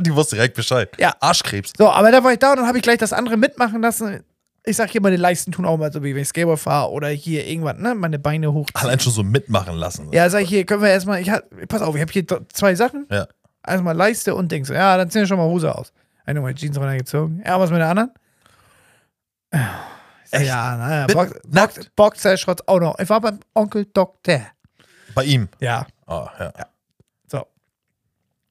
[SPEAKER 1] Die wusste direkt Bescheid.
[SPEAKER 2] Ja.
[SPEAKER 1] Arschkrebs.
[SPEAKER 2] So, aber da war ich da und dann habe ich gleich das andere mitmachen lassen. Ich sag hier, meine Leisten tun auch mal so, wie wenn ich Skateboard fahre oder hier irgendwas, ne? Meine Beine hoch.
[SPEAKER 1] Allein schon so mitmachen lassen.
[SPEAKER 2] Ja, sag ich hier, können wir erstmal, ich hab, pass auf, ich habe hier d- zwei Sachen.
[SPEAKER 1] Ja.
[SPEAKER 2] Erstmal Leiste und Dings. Ja, dann zieh ich schon mal Hose aus. Hab nur meine Jeans runtergezogen. Ja, was mit der anderen? Ich sag,
[SPEAKER 1] Echt?
[SPEAKER 2] Ja, naja,
[SPEAKER 1] Mit-
[SPEAKER 2] Box,
[SPEAKER 1] nackt?
[SPEAKER 2] Boxershorts auch noch. Ich war beim Onkel Doktor.
[SPEAKER 1] Bei ihm.
[SPEAKER 2] Ja.
[SPEAKER 1] Ah, ja.
[SPEAKER 2] So.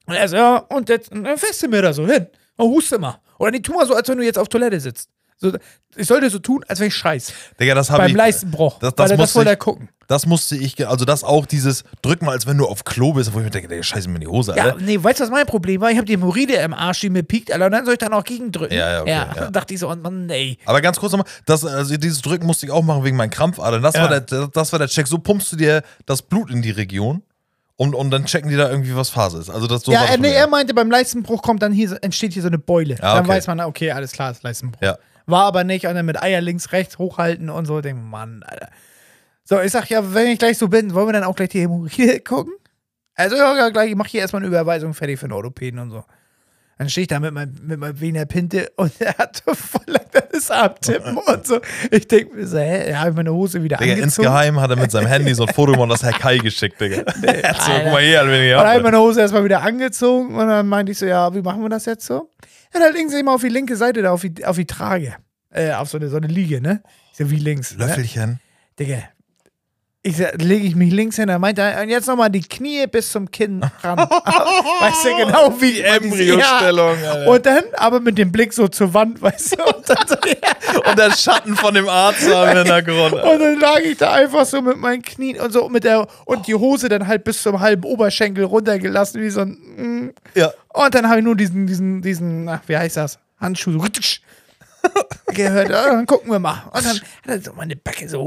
[SPEAKER 2] Und er so, ja, und jetzt und dann feste mir da so hin. Und huste mal. Oder nee, tu mal so, als wenn du jetzt auf Toilette sitzt. So, ich sollte so tun, als wenn ich scheiß.
[SPEAKER 1] Digga, das habe
[SPEAKER 2] Beim
[SPEAKER 1] ich.
[SPEAKER 2] Leistenbruch.
[SPEAKER 1] Das- das
[SPEAKER 2] weil er das
[SPEAKER 1] musste
[SPEAKER 2] wollte
[SPEAKER 1] ich-
[SPEAKER 2] er gucken.
[SPEAKER 1] Das musste ich. ge- Also, das auch dieses Drück mal, als wenn du auf Klo bist, wo ich mir denke, Digga, scheiße mir in die Hose,
[SPEAKER 2] Ja,
[SPEAKER 1] Alter.
[SPEAKER 2] nee, weißt du, was mein Problem war? Ich habe die Hämorrhoide im Arsch, die mir piekt, Alter, und dann soll ich da noch gegendrücken.
[SPEAKER 1] Ja, ja, okay, ja.
[SPEAKER 2] Dann dachte ich so, oh Mann, nee.
[SPEAKER 1] Aber ganz kurz nochmal, das, also dieses Drücken musste ich auch machen wegen meinen Krampfadern. Das,
[SPEAKER 2] Ja.
[SPEAKER 1] war der, das war der Check. So pumpst du dir das Blut in die Region und, und dann checken die da irgendwie, was Phase ist. Also das so
[SPEAKER 2] ja,
[SPEAKER 1] war das
[SPEAKER 2] er, nee,
[SPEAKER 1] Problem.
[SPEAKER 2] er meinte, beim Leistenbruch kommt dann hier, so- entsteht hier so eine Beule.
[SPEAKER 1] Ja,
[SPEAKER 2] Dann
[SPEAKER 1] okay.
[SPEAKER 2] weiß man, na, okay, alles klar, ist Leistenbruch.
[SPEAKER 1] Ja.
[SPEAKER 2] War aber nicht, und dann mit Eier links, rechts hochhalten und so. Ich denk, Mann, Alter. So, ich sag, ja, wenn ich gleich so bin, wollen wir dann auch gleich die Hämorrhoide gucken? Also, ja, ja, gleich, ich mach hier erstmal eine Überweisung fertig für einen Orthopäden und so. Dann stehe ich da mit meinem, mit meinem Wiener Pinte und er hat so voll lang das Abtippen und so. Ich denk mir so, hä, habe ich meine Hose wieder
[SPEAKER 1] Digga,
[SPEAKER 2] angezogen?
[SPEAKER 1] insgeheim hat er mit seinem Handy so ein Foto gemacht, das Herr Kai geschickt, Digga. Er hat so,
[SPEAKER 2] Alter.
[SPEAKER 1] guck mal hier, Alter, wenn ich
[SPEAKER 2] Und dann habe ich
[SPEAKER 1] hab-
[SPEAKER 2] meine Hose erstmal wieder angezogen und dann meinte ich so, ja, wie machen wir das jetzt so? Ja, dann legen sie immer auf die linke Seite da, auf die, auf die Trage. Äh, auf so eine, so eine Liege, ne? Ich so, wie links? Ne?
[SPEAKER 1] Löffelchen.
[SPEAKER 2] Digga. Ich so, lege ich mich links hin, dann meinte er, und jetzt nochmal die Knie bis zum Kinn ran. weißt du genau, wie
[SPEAKER 1] Embryostellung,
[SPEAKER 2] Ja.
[SPEAKER 1] Alter.
[SPEAKER 2] Und dann, aber mit dem Blick so zur Wand, weißt du? Und dann, so, ja.
[SPEAKER 1] Und der Schatten von dem Arzt haben im Hintergrund.
[SPEAKER 2] und dann lag ich da einfach so mit meinen Knien und so mit der und die Hose dann halt bis zum halben Oberschenkel runtergelassen, wie so ein. Mm,
[SPEAKER 1] Ja.
[SPEAKER 2] Und dann habe ich nur diesen, diesen, diesen, ach, wie heißt das? Handschuh so rutsch, gehört. Ja, dann gucken wir mal. Und dann hat er so meine Backe so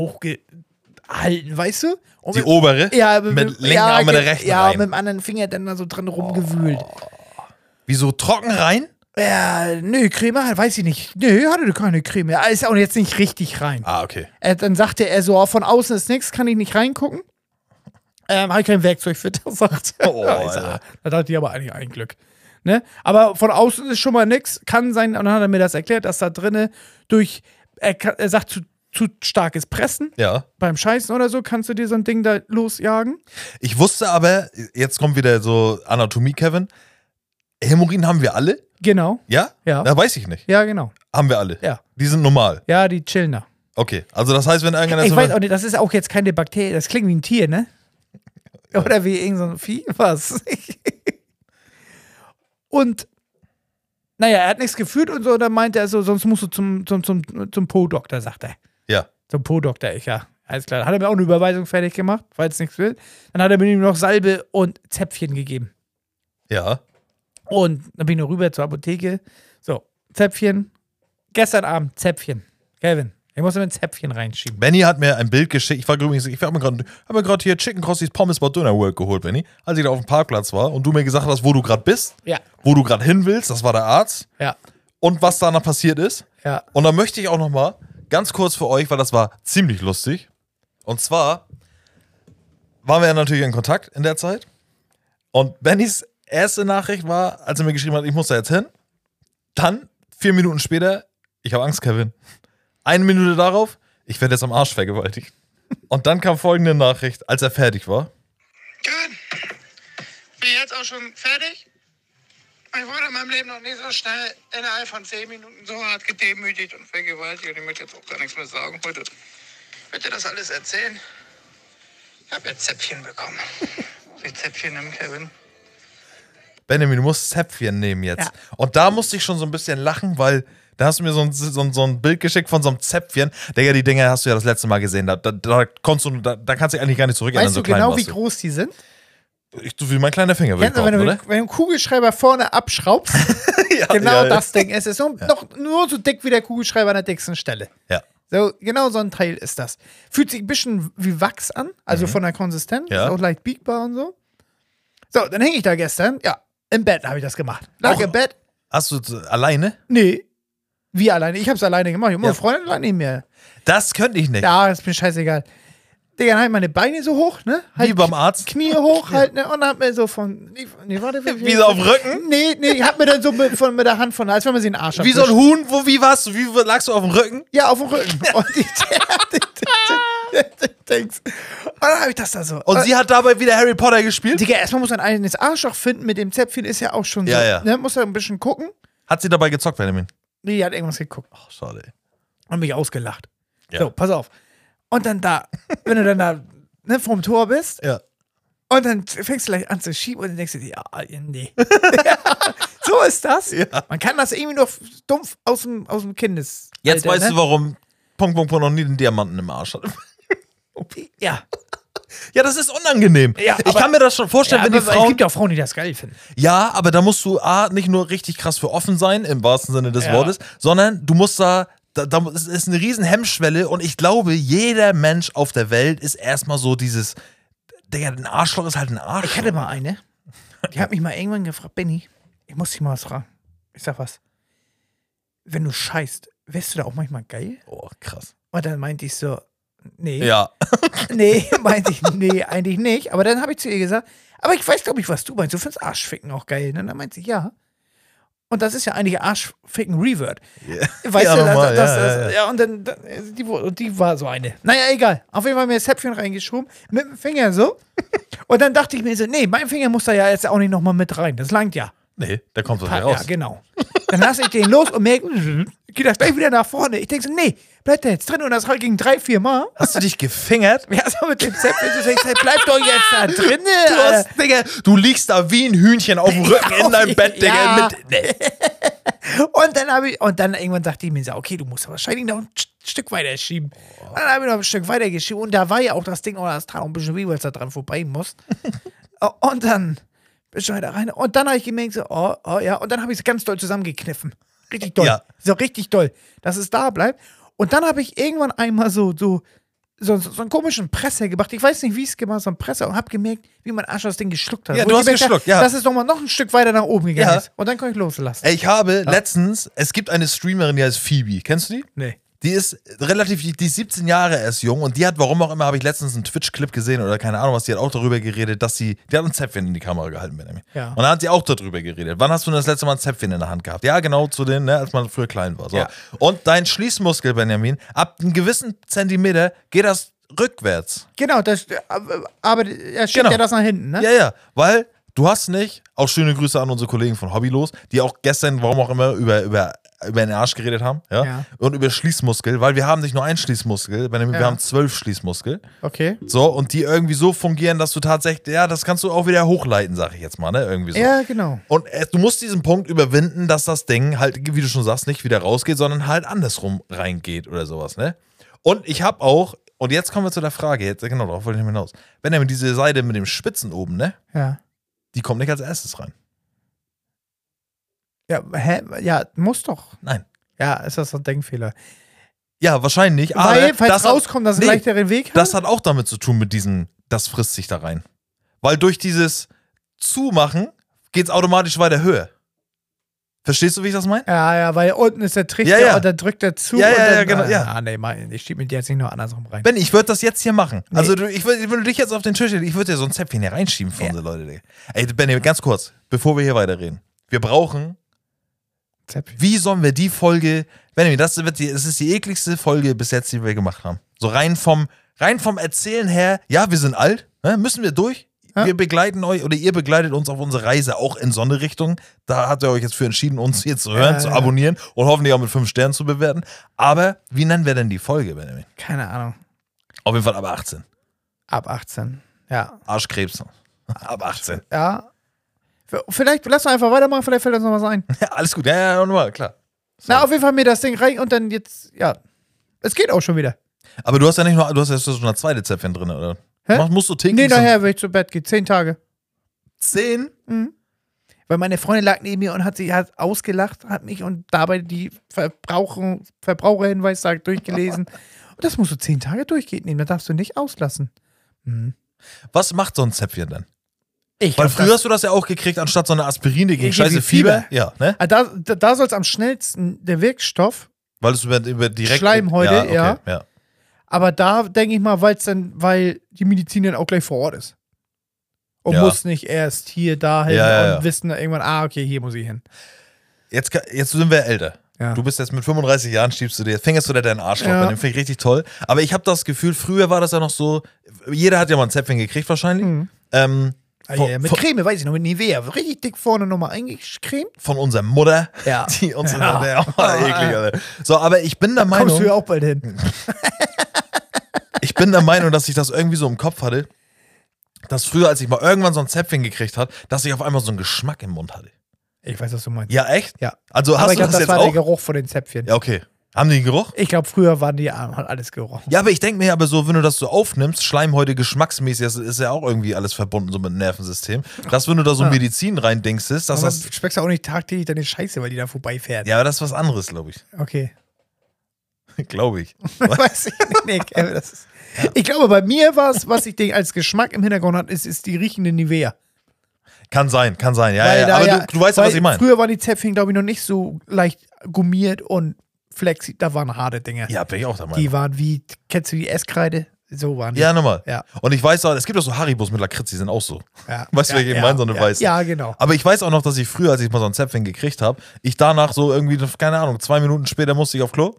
[SPEAKER 2] hochgehalten, weißt du? Und
[SPEAKER 1] Die
[SPEAKER 2] mit-
[SPEAKER 1] obere?
[SPEAKER 2] ja,
[SPEAKER 1] Mit linken Arm mit der
[SPEAKER 2] ge-
[SPEAKER 1] rechten
[SPEAKER 2] Ja,
[SPEAKER 1] rein.
[SPEAKER 2] mit dem anderen Finger dann da so dran rumgewühlt.
[SPEAKER 1] Wieso trocken rein?
[SPEAKER 2] Ja, nö, Creme, hat- weiß ich nicht. Nö, hatte keine Creme. Ja, Ist auch jetzt nicht richtig rein.
[SPEAKER 1] Ah, okay.
[SPEAKER 2] Äh, dann sagte er so, von außen ist nichts, kann ich nicht reingucken. Ähm, habe ich kein Werkzeug für, das sagt er.
[SPEAKER 1] Oh,
[SPEAKER 2] Ja, ich sag,
[SPEAKER 1] Alter.
[SPEAKER 2] da dachte ich aber eigentlich ein Glück. Ne? Aber von außen ist schon mal nichts, kann sein, und dann hat er mir das erklärt, dass da drinnen durch, er, ka- er sagt, zu, zu starkes Pressen
[SPEAKER 1] Ja.
[SPEAKER 2] beim Scheißen oder so, kannst du dir so ein Ding da losjagen.
[SPEAKER 1] Ich wusste aber, jetzt kommt wieder so Anatomie, Kevin. Hämorrhoiden haben wir alle?
[SPEAKER 2] Genau,
[SPEAKER 1] Ja?
[SPEAKER 2] Ja.
[SPEAKER 1] Na, weiß ich nicht.
[SPEAKER 2] ja, genau.
[SPEAKER 1] Haben wir alle.
[SPEAKER 2] Ja.
[SPEAKER 1] Die sind normal.
[SPEAKER 2] Ja, die chillen da.
[SPEAKER 1] Okay. Also das heißt, wenn irgendeiner
[SPEAKER 2] Ich
[SPEAKER 1] so-
[SPEAKER 2] weiß auch nicht, das ist auch jetzt keine Bakterie, das klingt wie ein Tier, ne? Oder wie irgendein so ein Vieh, was? und, naja, er hat nichts gefühlt und so, und dann meinte er so, sonst musst du zum, zum, zum, zum Po-Doktor, sagt er.
[SPEAKER 1] Ja.
[SPEAKER 2] Zum Po-Doktor, ich, ja. Alles klar. Dann hat er mir auch eine Überweisung fertig gemacht, falls nichts will. Dann hat er mir noch Salbe und Zäpfchen gegeben.
[SPEAKER 1] Ja.
[SPEAKER 2] Und dann bin ich noch rüber zur Apotheke. So, Zäpfchen. Gestern Abend, Zäpfchen. Kevin, ich muss mir ein Zäpfchen reinschieben.
[SPEAKER 1] Benny hat mir ein Bild geschickt. Ich war übrigens, ich habe mir gerade hab mir grad hier Chicken Crossy's Pommes bei Döner World geholt, Benny, als ich da auf dem Parkplatz war und du mir gesagt hast, wo du gerade bist,
[SPEAKER 2] Ja.
[SPEAKER 1] wo du gerade hin willst, das war der Arzt
[SPEAKER 2] Ja,
[SPEAKER 1] und was danach passiert ist.
[SPEAKER 2] ja.
[SPEAKER 1] Und da möchte ich auch noch mal ganz kurz für euch, weil das war ziemlich lustig. Und zwar waren wir ja natürlich in Kontakt in der Zeit. Und Bennys erste Nachricht war, als er mir geschrieben hat, ich muss da jetzt hin. Dann vier Minuten später, ich habe Angst, Kevin. Eine Minute darauf, ich werde jetzt am Arsch vergewaltigt. Und dann kam folgende Nachricht, als er fertig war.
[SPEAKER 4] Gut. Bin jetzt auch schon fertig. Ich wurde in meinem Leben noch nie so schnell innerhalb von 10 Minuten so hart gedemütigt und vergewaltigt. Und ich möchte jetzt auch gar nichts mehr sagen heute. Bitte das alles erzählen. Ich habe jetzt Zäpfchen bekommen. Muss ich Zäpfchen nehmen, Kevin?
[SPEAKER 1] Benjamin, du musst Zäpfchen nehmen jetzt.
[SPEAKER 2] Ja.
[SPEAKER 1] Und da musste ich schon so ein bisschen lachen, weil da hast du mir so ein, so ein, so ein Bild geschickt von so einem Zäpfchen. Digga, die Dinger hast du ja das letzte Mal gesehen. Da, da, da, konntest du, da, da kannst du dich eigentlich gar nicht zurück
[SPEAKER 2] Weißt
[SPEAKER 1] so
[SPEAKER 2] du genau, wie
[SPEAKER 1] warst
[SPEAKER 2] groß die sind?
[SPEAKER 1] du. Ich, du wie mein kleiner Finger, würde ich
[SPEAKER 2] Kennst du, wenn,
[SPEAKER 1] behaupten,
[SPEAKER 2] du,
[SPEAKER 1] oder?
[SPEAKER 2] wenn du einen Kugelschreiber vorne abschraubst,
[SPEAKER 1] Ja,
[SPEAKER 2] genau
[SPEAKER 1] ja,
[SPEAKER 2] das Ding ist es. So, noch, nur so dick wie der Kugelschreiber an der dicksten Stelle.
[SPEAKER 1] Ja.
[SPEAKER 2] So, genau so ein Teil ist das. Fühlt sich ein bisschen wie Wachs an, also von der Konsistenz,
[SPEAKER 1] Mhm. Ja.
[SPEAKER 2] ist auch leicht biegbar und so. So, dann hing ich da gestern, ja, im Bett habe ich das gemacht. Lag
[SPEAKER 1] Auch-
[SPEAKER 2] im Bett,
[SPEAKER 1] Hast du z- alleine?
[SPEAKER 2] nee, wie alleine, ich habe es alleine gemacht, ich habe
[SPEAKER 1] Ja.
[SPEAKER 2] meine Freundin lag neben mir.
[SPEAKER 1] Das könnte ich nicht.
[SPEAKER 2] Ja, ist mir scheißegal. Digga, dann halt meine Beine so hoch, ne? Halt
[SPEAKER 1] Wie beim Arzt.
[SPEAKER 2] Knie hoch halt, ne? Und dann hat mir so von. Nee, nee warte. Wie,
[SPEAKER 1] so auf dem Rücken?
[SPEAKER 2] Nee, nee, ich hab mir dann so mit, von, mit der Hand von, als wenn man sie in den Arsch
[SPEAKER 1] Wie so ein Huhn, wo, wie warst du? Wie lagst du auf dem Rücken?
[SPEAKER 2] Ja, auf dem Rücken. Und ich, der, der, der, der, der, Und dann hab ich das da so. Äh,
[SPEAKER 1] Und sie hat dabei wieder Harry Potter gespielt?
[SPEAKER 2] Digga, erstmal muss man einen ins Arschloch finden mit dem Zäpfchen, ist ja auch schon
[SPEAKER 1] Ja,
[SPEAKER 2] so.
[SPEAKER 1] ja.
[SPEAKER 2] Ne? Muss da ein bisschen gucken.
[SPEAKER 1] Hat sie dabei gezockt, Benjamin?
[SPEAKER 2] Nee, die hat irgendwas geguckt.
[SPEAKER 1] Ach, schade. ey.
[SPEAKER 2] und mich ausgelacht.
[SPEAKER 1] Ja.
[SPEAKER 2] So, pass auf. Und dann da, wenn du dann da ne, vorm Tor bist
[SPEAKER 1] Ja.
[SPEAKER 2] und dann fängst du gleich an zu schieben und dann denkst du dir, ah, nee. so ist das. Man kann das irgendwie noch dumpf aus dem, aus dem Kindes.
[SPEAKER 1] Jetzt weißt
[SPEAKER 2] ne?
[SPEAKER 1] du, warum Punkt, Punkt, Punkt noch nie den Diamanten im Arsch hat.
[SPEAKER 2] warum. Ja.
[SPEAKER 1] Ja, das ist unangenehm.
[SPEAKER 2] Ja,
[SPEAKER 1] ich
[SPEAKER 2] aber-
[SPEAKER 1] kann mir das schon vorstellen,
[SPEAKER 2] ja
[SPEAKER 1] wenn die
[SPEAKER 2] aber es
[SPEAKER 1] Frauen
[SPEAKER 2] gibt ja auch Frauen, die das geil finden.
[SPEAKER 1] Ja, aber da musst du A, nicht nur richtig krass für offen sein, im wahrsten Sinne des
[SPEAKER 2] Ja.
[SPEAKER 1] Wortes, sondern du musst da, da, da es ist eine riesen Hemmschwelle und ich glaube, jeder Mensch auf der Welt ist erstmal so dieses, Digga, ein Arschloch ist halt ein
[SPEAKER 2] Ich
[SPEAKER 1] Arschloch.
[SPEAKER 2] hatte mal eine, die hat mich mal irgendwann gefragt, Benny, ich muss dich mal was fragen. Ich sag was. Wenn du scheißt, wärst du da auch manchmal geil?
[SPEAKER 1] Oh, krass.
[SPEAKER 2] Und dann meinte ich so, nee.
[SPEAKER 1] Ja.
[SPEAKER 2] Nee, meinte ich, nee, eigentlich nicht. Aber dann habe ich zu ihr gesagt, aber ich weiß, glaube ich, was du meinst. Du findest Arschficken auch geil. Ne? Und dann meinte sie, ja. Und das ist ja eigentlich Arschficken-Revert. Weißt
[SPEAKER 1] Ja,
[SPEAKER 2] du, das,
[SPEAKER 1] normal,
[SPEAKER 2] das, das,
[SPEAKER 1] ja, ja, ja.
[SPEAKER 2] ja, und dann, dann die, wo- die war so eine. Naja, egal. Auf jeden Fall mir das Häppchen reingeschoben, mit dem Finger so. Und dann dachte ich mir so, nee, mein Finger muss da ja jetzt auch nicht nochmal mit rein. Das langt ja.
[SPEAKER 1] Nee, da kommt was
[SPEAKER 2] Pa-
[SPEAKER 1] raus.
[SPEAKER 2] Ja, genau. Dann lasse ich den los und merke, geht das gleich wieder nach vorne. Ich denke so, nee, bleibt da jetzt drin und das halt gegen drei, vier Mal.
[SPEAKER 1] Hast du dich gefingert?
[SPEAKER 2] Ja, so mit dem Zäpfchen zu sagen, bleib doch jetzt da drinne. Äh,
[SPEAKER 1] Du, hast, Digga, du liegst da wie ein Hühnchen auf dem Rücken in deinem Bett, Digga.
[SPEAKER 2] Ja.
[SPEAKER 1] Mit, nee.
[SPEAKER 2] Und dann habe ich, und dann irgendwann dachte ich mir so, okay, du musst aber wahrscheinlich noch ein Sch- Stück weiter schieben.
[SPEAKER 1] Oh.
[SPEAKER 2] Und dann habe ich noch ein Stück weiter geschieben und da war ja auch das Ding, oder das tat auch ein bisschen weh, weil es da dran vorbei muss. Oh, und dann bist du weiter rein. Und dann habe ich gemerkt, so, oh, oh ja. Und dann habe ich es ganz doll zusammengekniffen. Richtig doll.
[SPEAKER 1] Ja.
[SPEAKER 2] So richtig doll, dass es da bleibt. Und dann habe ich irgendwann einmal so, so, so, so so einen komischen Presser gemacht. Ich weiß nicht, wie ich es gemacht habe, so einen Presser und habe gemerkt, wie mein Arsch das Ding geschluckt hat.
[SPEAKER 1] Ja,
[SPEAKER 2] Wo
[SPEAKER 1] du
[SPEAKER 2] ich
[SPEAKER 1] hast
[SPEAKER 2] gemerkt habe,
[SPEAKER 1] geschluckt, ja.
[SPEAKER 2] Dass es nochmal noch ein Stück weiter nach oben gegangen
[SPEAKER 1] Ja.
[SPEAKER 2] ist. Und dann konnte ich loslassen.
[SPEAKER 1] Ey, Ich habe letztens, es gibt eine Streamerin, die heißt Phoebe. Kennst du die?
[SPEAKER 2] Nee.
[SPEAKER 1] Die ist relativ, die die ist 17 Jahre erst jung und die hat, warum auch immer, habe ich letztens einen Twitch-Clip gesehen oder keine Ahnung was, die hat auch darüber geredet, dass sie, die hat ein Zäpfchen in die Kamera gehalten, Benjamin.
[SPEAKER 2] Ja.
[SPEAKER 1] Und da hat sie auch darüber geredet. Wann hast du denn das letzte Mal ein Zäpfchen in der Hand gehabt? Ja, genau zu den, ne, als man früher klein war. So.
[SPEAKER 2] Ja.
[SPEAKER 1] Und dein Schließmuskel, Benjamin, ab einem gewissen Zentimeter geht das rückwärts.
[SPEAKER 2] Genau, das, aber aber er schiebt
[SPEAKER 1] Genau.
[SPEAKER 2] ja das nach hinten, ne?
[SPEAKER 1] Ja, ja, weil du hast nicht, auch schöne Grüße an unsere Kollegen von Hobbylos, die auch gestern, warum auch immer, über, über, über den Arsch geredet haben, ja?
[SPEAKER 2] Ja.
[SPEAKER 1] und über Schließmuskel, weil wir haben nicht nur einen Schließmuskel, Benjamin, wir
[SPEAKER 2] Ja.
[SPEAKER 1] haben zwölf Schließmuskel,
[SPEAKER 2] Okay.
[SPEAKER 1] so, und die irgendwie so fungieren, dass du tatsächlich, ja, das kannst du auch wieder hochleiten, sag ich jetzt mal, ne, irgendwie so.
[SPEAKER 2] Ja, genau.
[SPEAKER 1] Und äh, du musst diesen Punkt überwinden, dass das Ding halt, wie du schon sagst, nicht wieder rausgeht, sondern halt andersrum reingeht oder sowas, ne? Und ich habe auch, und jetzt kommen wir zu der Frage, jetzt, genau, darauf wollte ich nämlich hinaus. Benjamin, diese Seite mit dem Spitzen oben, ne?
[SPEAKER 2] Ja.
[SPEAKER 1] die kommt nicht als erstes rein.
[SPEAKER 2] Ja, hä? ja, muss doch.
[SPEAKER 1] Nein.
[SPEAKER 2] Ja, ist das ein Denkfehler.
[SPEAKER 1] Ja, wahrscheinlich.
[SPEAKER 2] Weil,
[SPEAKER 1] aber
[SPEAKER 2] falls
[SPEAKER 1] das hat,
[SPEAKER 2] rauskommt, dass es
[SPEAKER 1] nee.
[SPEAKER 2] einen leichteren Weg hat.
[SPEAKER 1] das hat auch damit zu tun mit diesem, das frisst sich da rein. Weil durch dieses Zumachen geht es automatisch weiter höher. Verstehst du, wie ich das meine?
[SPEAKER 2] ja, ja, weil unten ist der Trichter
[SPEAKER 1] Ja, ja.
[SPEAKER 2] und dann drückt er zu.
[SPEAKER 1] Ja,
[SPEAKER 2] und
[SPEAKER 1] ja,
[SPEAKER 2] dann,
[SPEAKER 1] ja, genau,
[SPEAKER 2] Ah,
[SPEAKER 1] ja.
[SPEAKER 2] Ah, nee, mein, ich schieb mir die jetzt nicht nur andersrum rein.
[SPEAKER 1] Ben, ich würde das jetzt hier machen.
[SPEAKER 2] Nee.
[SPEAKER 1] Also, du, ich würd, wenn du dich jetzt auf den Tisch hättest, ich würde dir so ein Zäpfchen hier reinschieben für
[SPEAKER 2] Ja.
[SPEAKER 1] unsere Leute. Digga. Ey, Benny, ganz kurz, bevor wir hier weiterreden. Wir brauchen
[SPEAKER 2] Zäpfchen.
[SPEAKER 1] Wie sollen wir die Folge, Benjamin, das, wird die, das ist die ekligste Folge bis jetzt, die wir gemacht haben. So rein vom, rein vom Erzählen her, ja, wir sind alt, ne, müssen wir durch.
[SPEAKER 2] Ja.
[SPEAKER 1] Wir begleiten euch oder ihr begleitet uns auf unsere Reise auch in so eine Richtung. Da habt ihr euch jetzt für entschieden, uns hier zu hören,
[SPEAKER 2] Ja,
[SPEAKER 1] zu
[SPEAKER 2] ja.
[SPEAKER 1] abonnieren und hoffentlich auch mit fünf Sternen zu bewerten. Aber wie nennen wir denn die Folge, Benjamin?
[SPEAKER 2] Keine Ahnung.
[SPEAKER 1] Auf jeden Fall ab 18.
[SPEAKER 2] Ab 18. Ja.
[SPEAKER 1] Arschkrebs. Ab 18.
[SPEAKER 2] Ja. V- Vielleicht, lass uns einfach weitermachen, vielleicht fällt uns noch was ein.
[SPEAKER 1] Ja, alles gut. Ja, ja, ja, normal, klar.
[SPEAKER 2] Na, auf jeden Fall mir das Ding rein und dann jetzt, ja. Es geht auch schon wieder.
[SPEAKER 1] Aber du hast ja nicht nur, du hast ja schon eine zweite Zäpfchen drin, oder?
[SPEAKER 2] Hä?
[SPEAKER 1] Mach- Musst du täglich
[SPEAKER 2] Nee, nachher, wenn ich zu Bett gehe. Zehn Tage.
[SPEAKER 1] 10?
[SPEAKER 2] Weil meine Freundin lag neben mir und hat sie hat ausgelacht, hat mich und dabei die Verbraucher, Verbraucherhinweistag durchgelesen. und das musst du zehn Tage durchgehen nehmen, da darfst du nicht auslassen.
[SPEAKER 1] Was macht so ein Zäpfchen denn?
[SPEAKER 2] Ich
[SPEAKER 1] Weil
[SPEAKER 2] glaub,
[SPEAKER 1] früher hast du das ja auch gekriegt, anstatt so eine Aspirine gegen
[SPEAKER 2] Irgendwie
[SPEAKER 1] scheiße Fieber.
[SPEAKER 2] Fieber.
[SPEAKER 1] Ja, ne?
[SPEAKER 2] das, Ah, da, da, da soll es am schnellsten der Wirkstoff,
[SPEAKER 1] Weil es über, über direkt.
[SPEAKER 2] Schleimhäute,
[SPEAKER 1] ja, okay,
[SPEAKER 2] ja.
[SPEAKER 1] ja.
[SPEAKER 2] aber da denke ich mal, weil es dann, weil die Medizin dann auch gleich vor Ort ist. Und
[SPEAKER 1] Ja.
[SPEAKER 2] muss nicht erst hier, dahin
[SPEAKER 1] Ja, ja,
[SPEAKER 2] und
[SPEAKER 1] ja.
[SPEAKER 2] wissen irgendwann, ah, okay, hier muss ich hin.
[SPEAKER 1] Jetzt, ka- jetzt sind wir älter.
[SPEAKER 2] Ja.
[SPEAKER 1] Du bist jetzt mit 35 Jahren, schiebst du dir, fängst du dir deinen Arsch
[SPEAKER 2] Ja.
[SPEAKER 1] auf. Den finde ich richtig toll. Aber ich habe das Gefühl, früher war das ja noch so, jeder hat ja mal ein Zäpfchen gekriegt wahrscheinlich. Ähm,
[SPEAKER 2] Mhm. Ah,
[SPEAKER 1] von,
[SPEAKER 2] ja, mit
[SPEAKER 1] von,
[SPEAKER 2] Creme, weiß ich noch, mit Nivea. Richtig dick vorne nochmal eingecremt.
[SPEAKER 1] von unserer Mutter,
[SPEAKER 2] Ja.
[SPEAKER 1] die uns immer der eklig, Alter. So, aber ich bin der
[SPEAKER 2] Kommst
[SPEAKER 1] Meinung,
[SPEAKER 2] du ja auch bald hin.
[SPEAKER 1] ich bin der Meinung, dass ich das irgendwie so im Kopf hatte, dass früher, als ich mal irgendwann so ein Zäpfchen gekriegt hat, dass ich auf einmal so einen Geschmack im Mund hatte.
[SPEAKER 2] Ich weiß, was du meinst.
[SPEAKER 1] Ja, echt?
[SPEAKER 2] Ja.
[SPEAKER 1] Also hast
[SPEAKER 2] aber ich
[SPEAKER 1] du das,
[SPEAKER 2] glaube, das,
[SPEAKER 1] jetzt
[SPEAKER 2] war der
[SPEAKER 1] auch?
[SPEAKER 2] Geruch von den Zäpfchen.
[SPEAKER 1] Ja, okay. Haben die einen Geruch?
[SPEAKER 2] Ich glaube, früher waren die Arme, hat alles gerochen.
[SPEAKER 1] Ja, aber ich denke mir aber so, wenn du das so aufnimmst, Schleimhäute geschmacksmäßig, das ist ja auch irgendwie alles verbunden so mit dem Nervensystem, dass wenn du da so Medizin reindenkst, ist, dass
[SPEAKER 2] Aber
[SPEAKER 1] das.
[SPEAKER 2] du schmeckst ja auch nicht tagtäglich deine Scheiße, weil die da vorbeifährt.
[SPEAKER 1] Ja, aber das ist was anderes, glaube ich.
[SPEAKER 2] Okay.
[SPEAKER 1] glaube ich.
[SPEAKER 2] Weiß ich nicht. Nee, Kevin, das ist Ich glaube, bei mir war es, was ich den als Geschmack im Hintergrund hat, ist, ist die riechende Nivea.
[SPEAKER 1] Kann sein, kann sein. Ja,
[SPEAKER 2] Weil
[SPEAKER 1] ja,
[SPEAKER 2] da
[SPEAKER 1] aber Du, du weißt ja,
[SPEAKER 2] weil
[SPEAKER 1] was ich meine.
[SPEAKER 2] Früher waren die Zäpfchen, glaube ich, noch nicht so leicht gummiert und flexi. Da waren harte Dinge.
[SPEAKER 1] Ja, bin ich auch der Meinung.
[SPEAKER 2] Die waren wie, kennst du die Esskreide? So waren die.
[SPEAKER 1] Ja, nochmal.
[SPEAKER 2] Ja.
[SPEAKER 1] Und ich weiß auch, es gibt auch so Haribos mit Lakritz, die sind auch so.
[SPEAKER 2] Ja.
[SPEAKER 1] Weißt du,
[SPEAKER 2] ja,
[SPEAKER 1] welche ich
[SPEAKER 2] ja,
[SPEAKER 1] meine, so eine
[SPEAKER 2] ja.
[SPEAKER 1] weiße.
[SPEAKER 2] Ja, genau.
[SPEAKER 1] Aber ich weiß auch noch, dass ich früher, als ich mal so ein Zäpfchen gekriegt habe, ich danach so irgendwie, keine Ahnung, zwei Minuten später musste ich auf Klo.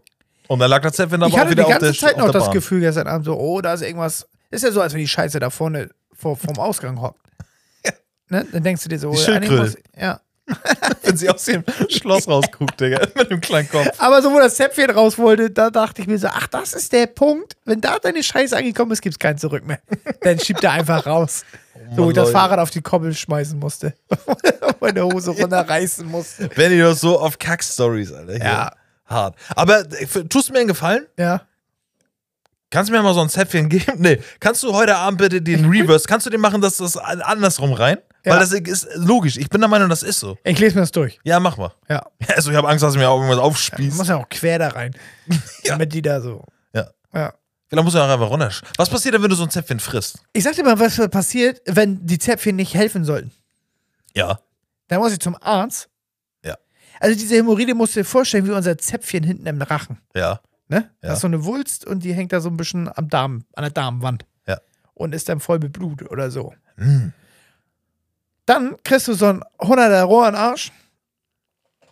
[SPEAKER 1] Und dann lag das Zäpfchen dann
[SPEAKER 2] Ich
[SPEAKER 1] aber auch
[SPEAKER 2] hatte die
[SPEAKER 1] wieder auf
[SPEAKER 2] ganze
[SPEAKER 1] der
[SPEAKER 2] Zeit
[SPEAKER 1] auf
[SPEAKER 2] noch
[SPEAKER 1] der
[SPEAKER 2] das
[SPEAKER 1] Bahn.
[SPEAKER 2] Gefühl gestern Abend so, oh, da ist irgendwas. Ist ja so, als wenn die Scheiße da vorne vor, vorm Ausgang hockt. Ne? Dann denkst du dir so, oh, eigentlich
[SPEAKER 1] Schildkröte.
[SPEAKER 2] muss- ja.
[SPEAKER 1] Wenn sie aus dem Schloss rausguckt, Digga, mit dem kleinen Kopf.
[SPEAKER 2] Aber so, wo das Zäpfchen raus wollte, da dachte ich mir so, ach, das ist der Punkt. Wenn da deine Scheiße angekommen ist, gibt's kein Zurück mehr. Dann schiebt er einfach raus. so,
[SPEAKER 1] Oh, Mann,
[SPEAKER 2] das
[SPEAKER 1] Leute.
[SPEAKER 2] Fahrrad auf die Koppel schmeißen musste. Meine Hose runterreißen musste.
[SPEAKER 1] Wenn ihr das so auf Kack-Stories, Alter. Hier.
[SPEAKER 2] Ja.
[SPEAKER 1] Hart. Aber äh, f- tust du mir einen Gefallen?
[SPEAKER 2] Ja.
[SPEAKER 1] Kannst du mir mal so ein Zäpfchen geben? Nee. Kannst du heute Abend bitte den Reverse, kannst du den machen, dass das an- andersrum rein?
[SPEAKER 2] Ja.
[SPEAKER 1] Weil das ist logisch. Ich bin der Meinung, das ist so.
[SPEAKER 2] Ich lese mir das durch.
[SPEAKER 1] Ja, mach mal.
[SPEAKER 2] Ja.
[SPEAKER 1] Ja, Also ich habe Angst, dass du mir auch irgendwas
[SPEAKER 2] Ich
[SPEAKER 1] aufspießt.
[SPEAKER 2] muss ja auch quer da rein. Damit die da so.
[SPEAKER 1] Ja.
[SPEAKER 2] Ja.
[SPEAKER 1] Vielleicht musst du auch einfach runter. Was passiert denn, wenn du so ein Zäpfchen frisst?
[SPEAKER 2] Ich sag dir mal, was passiert, wenn die Zäpfchen nicht helfen sollten.
[SPEAKER 1] Ja.
[SPEAKER 2] Dann muss ich zum Arzt.
[SPEAKER 1] Ja.
[SPEAKER 2] Also diese Hämorrhoide musst du dir vorstellen, wie unser Zäpfchen hinten im Rachen.
[SPEAKER 1] Ja.
[SPEAKER 2] Ne?
[SPEAKER 1] Ja.
[SPEAKER 2] Da ist so eine Wulst und die hängt da so ein bisschen am Darm, an der Darmwand.
[SPEAKER 1] Ja.
[SPEAKER 2] Und ist dann voll mit Blut oder so.
[SPEAKER 1] Hm.
[SPEAKER 2] Dann kriegst du so ein 100er Rohr in den Arsch.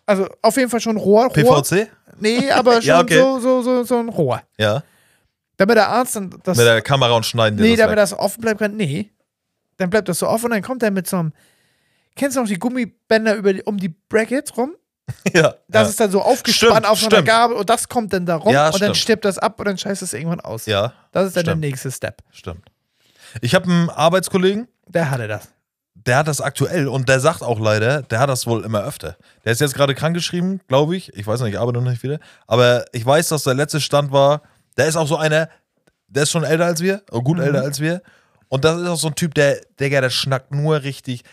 [SPEAKER 2] Also auf jeden Fall schon Rohr. Rohr.
[SPEAKER 1] PVC?
[SPEAKER 2] Nee, aber schon
[SPEAKER 1] Ja, okay.
[SPEAKER 2] so, so, so, so ein Rohr.
[SPEAKER 1] Ja.
[SPEAKER 2] Damit der Arzt dann das.
[SPEAKER 1] Mit der Kamera und schneiden dir
[SPEAKER 2] nee,
[SPEAKER 1] das
[SPEAKER 2] damit
[SPEAKER 1] weg.
[SPEAKER 2] das offen bleibt, kann. Nee. Dann bleibt das so offen und dann kommt er mit so einem. Kennst du noch die Gummibänder über die, um die Brackets rum?
[SPEAKER 1] Ja.
[SPEAKER 2] Das
[SPEAKER 1] ja.
[SPEAKER 2] ist dann so aufgespannt
[SPEAKER 1] Stimmt,
[SPEAKER 2] auf so einer
[SPEAKER 1] stimmt.
[SPEAKER 2] Gabel und das kommt dann da rum
[SPEAKER 1] Ja,
[SPEAKER 2] und dann
[SPEAKER 1] stimmt.
[SPEAKER 2] stirbt das ab und dann scheißt es irgendwann aus.
[SPEAKER 1] ja,
[SPEAKER 2] Das ist dann
[SPEAKER 1] Stimmt.
[SPEAKER 2] der nächste Step.
[SPEAKER 1] stimmt. Ich habe einen Arbeitskollegen,
[SPEAKER 2] Der hatte das.
[SPEAKER 1] der hat das aktuell und der sagt auch leider, der hat das wohl immer öfter. Der ist jetzt gerade krankgeschrieben, glaube ich. Ich weiß nicht, ich arbeite noch nicht wieder. Aber ich weiß, dass der letzte Stand war, der ist auch so einer, der ist schon älter als wir, oh, gut älter als wir. Und das ist auch so ein Typ, der, Digga, der schnackt nur richtig.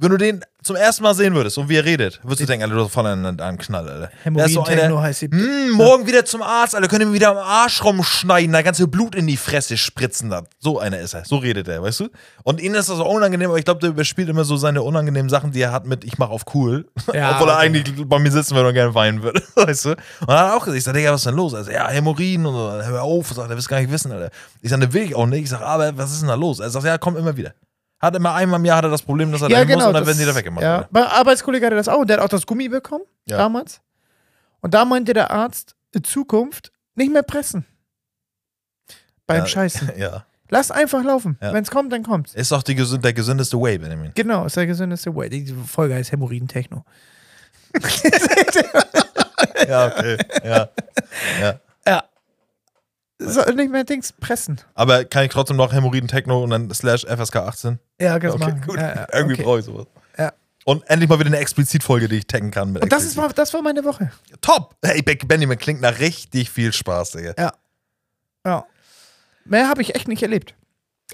[SPEAKER 1] Wenn du den zum ersten Mal sehen würdest und wie er redet, würdest du denken, Alter, du hast voll einen, einen Knall, Alter. Der ist so einer,
[SPEAKER 2] Hämorrhoiden-Techno heißt die.
[SPEAKER 1] "Hm, morgen wieder zum Arzt, Alter, können wir wieder am Arsch rumschneiden, da ganze Blut in die Fresse spritzen. Da. So einer ist er, so redet er, weißt du? Und ihnen ist das auch unangenehm, aber ich glaube, der überspielt immer so seine unangenehmen Sachen, die er hat mit, ich mach auf cool.
[SPEAKER 2] Ja,
[SPEAKER 1] Obwohl er
[SPEAKER 2] okay.
[SPEAKER 1] eigentlich bei mir sitzen würde und gerne weinen würde, weißt du? Und dann hat er auch gesagt, ich sag, Digga, was ist denn los? Also, ja, Hämorrhoiden und so, hör auf, sagt, er willst gar nicht wissen, Alter. Ich sag, ne, will ich auch nicht. Ich sag, aber was ist denn da los? Er sagt, ja, kommt immer wieder. Hat immer einmal im Jahr hat er das Problem, dass er
[SPEAKER 2] Ja,
[SPEAKER 1] dahin
[SPEAKER 2] genau.
[SPEAKER 1] muss und dann
[SPEAKER 2] das-
[SPEAKER 1] werden sie da weggemacht.
[SPEAKER 2] Ja.
[SPEAKER 1] Alter.
[SPEAKER 2] Mein Arbeitskollege hatte das auch und der hat auch das Gummi bekommen
[SPEAKER 1] Ja.
[SPEAKER 2] damals. Und da meinte der Arzt, in Zukunft nicht mehr pressen. Beim
[SPEAKER 1] Ja.
[SPEAKER 2] Scheißen.
[SPEAKER 1] Ja.
[SPEAKER 2] Lass einfach laufen.
[SPEAKER 1] Ja.
[SPEAKER 2] Wenn es kommt, dann kommt's.
[SPEAKER 1] Ist doch die gesünd, der gesündeste Way, Benjamin.
[SPEAKER 2] Genau, ist der gesündeste Way. Die Folge heißt Hämorrhoiden-Techno.
[SPEAKER 1] Ja, okay. ja.
[SPEAKER 2] Soll nicht mehr Dings pressen.
[SPEAKER 1] Aber kann ich trotzdem noch Hämorrhoiden Techno und dann slash FSK 18?
[SPEAKER 2] Ja, kannst
[SPEAKER 1] Okay,
[SPEAKER 2] machen.
[SPEAKER 1] gut.
[SPEAKER 2] Ja, ja,
[SPEAKER 1] Irgendwie
[SPEAKER 2] okay.
[SPEAKER 1] brauche ich sowas.
[SPEAKER 2] Ja.
[SPEAKER 1] Und endlich mal wieder eine Explizitfolge, die ich taggen kann. Mit
[SPEAKER 2] Und das, ist,
[SPEAKER 1] Explizit.
[SPEAKER 2] mal- das war meine Woche.
[SPEAKER 1] top. Hey, Be- Benjamin, klingt nach richtig viel Spaß, Digga.
[SPEAKER 2] Ja. Mehr habe ich echt nicht erlebt.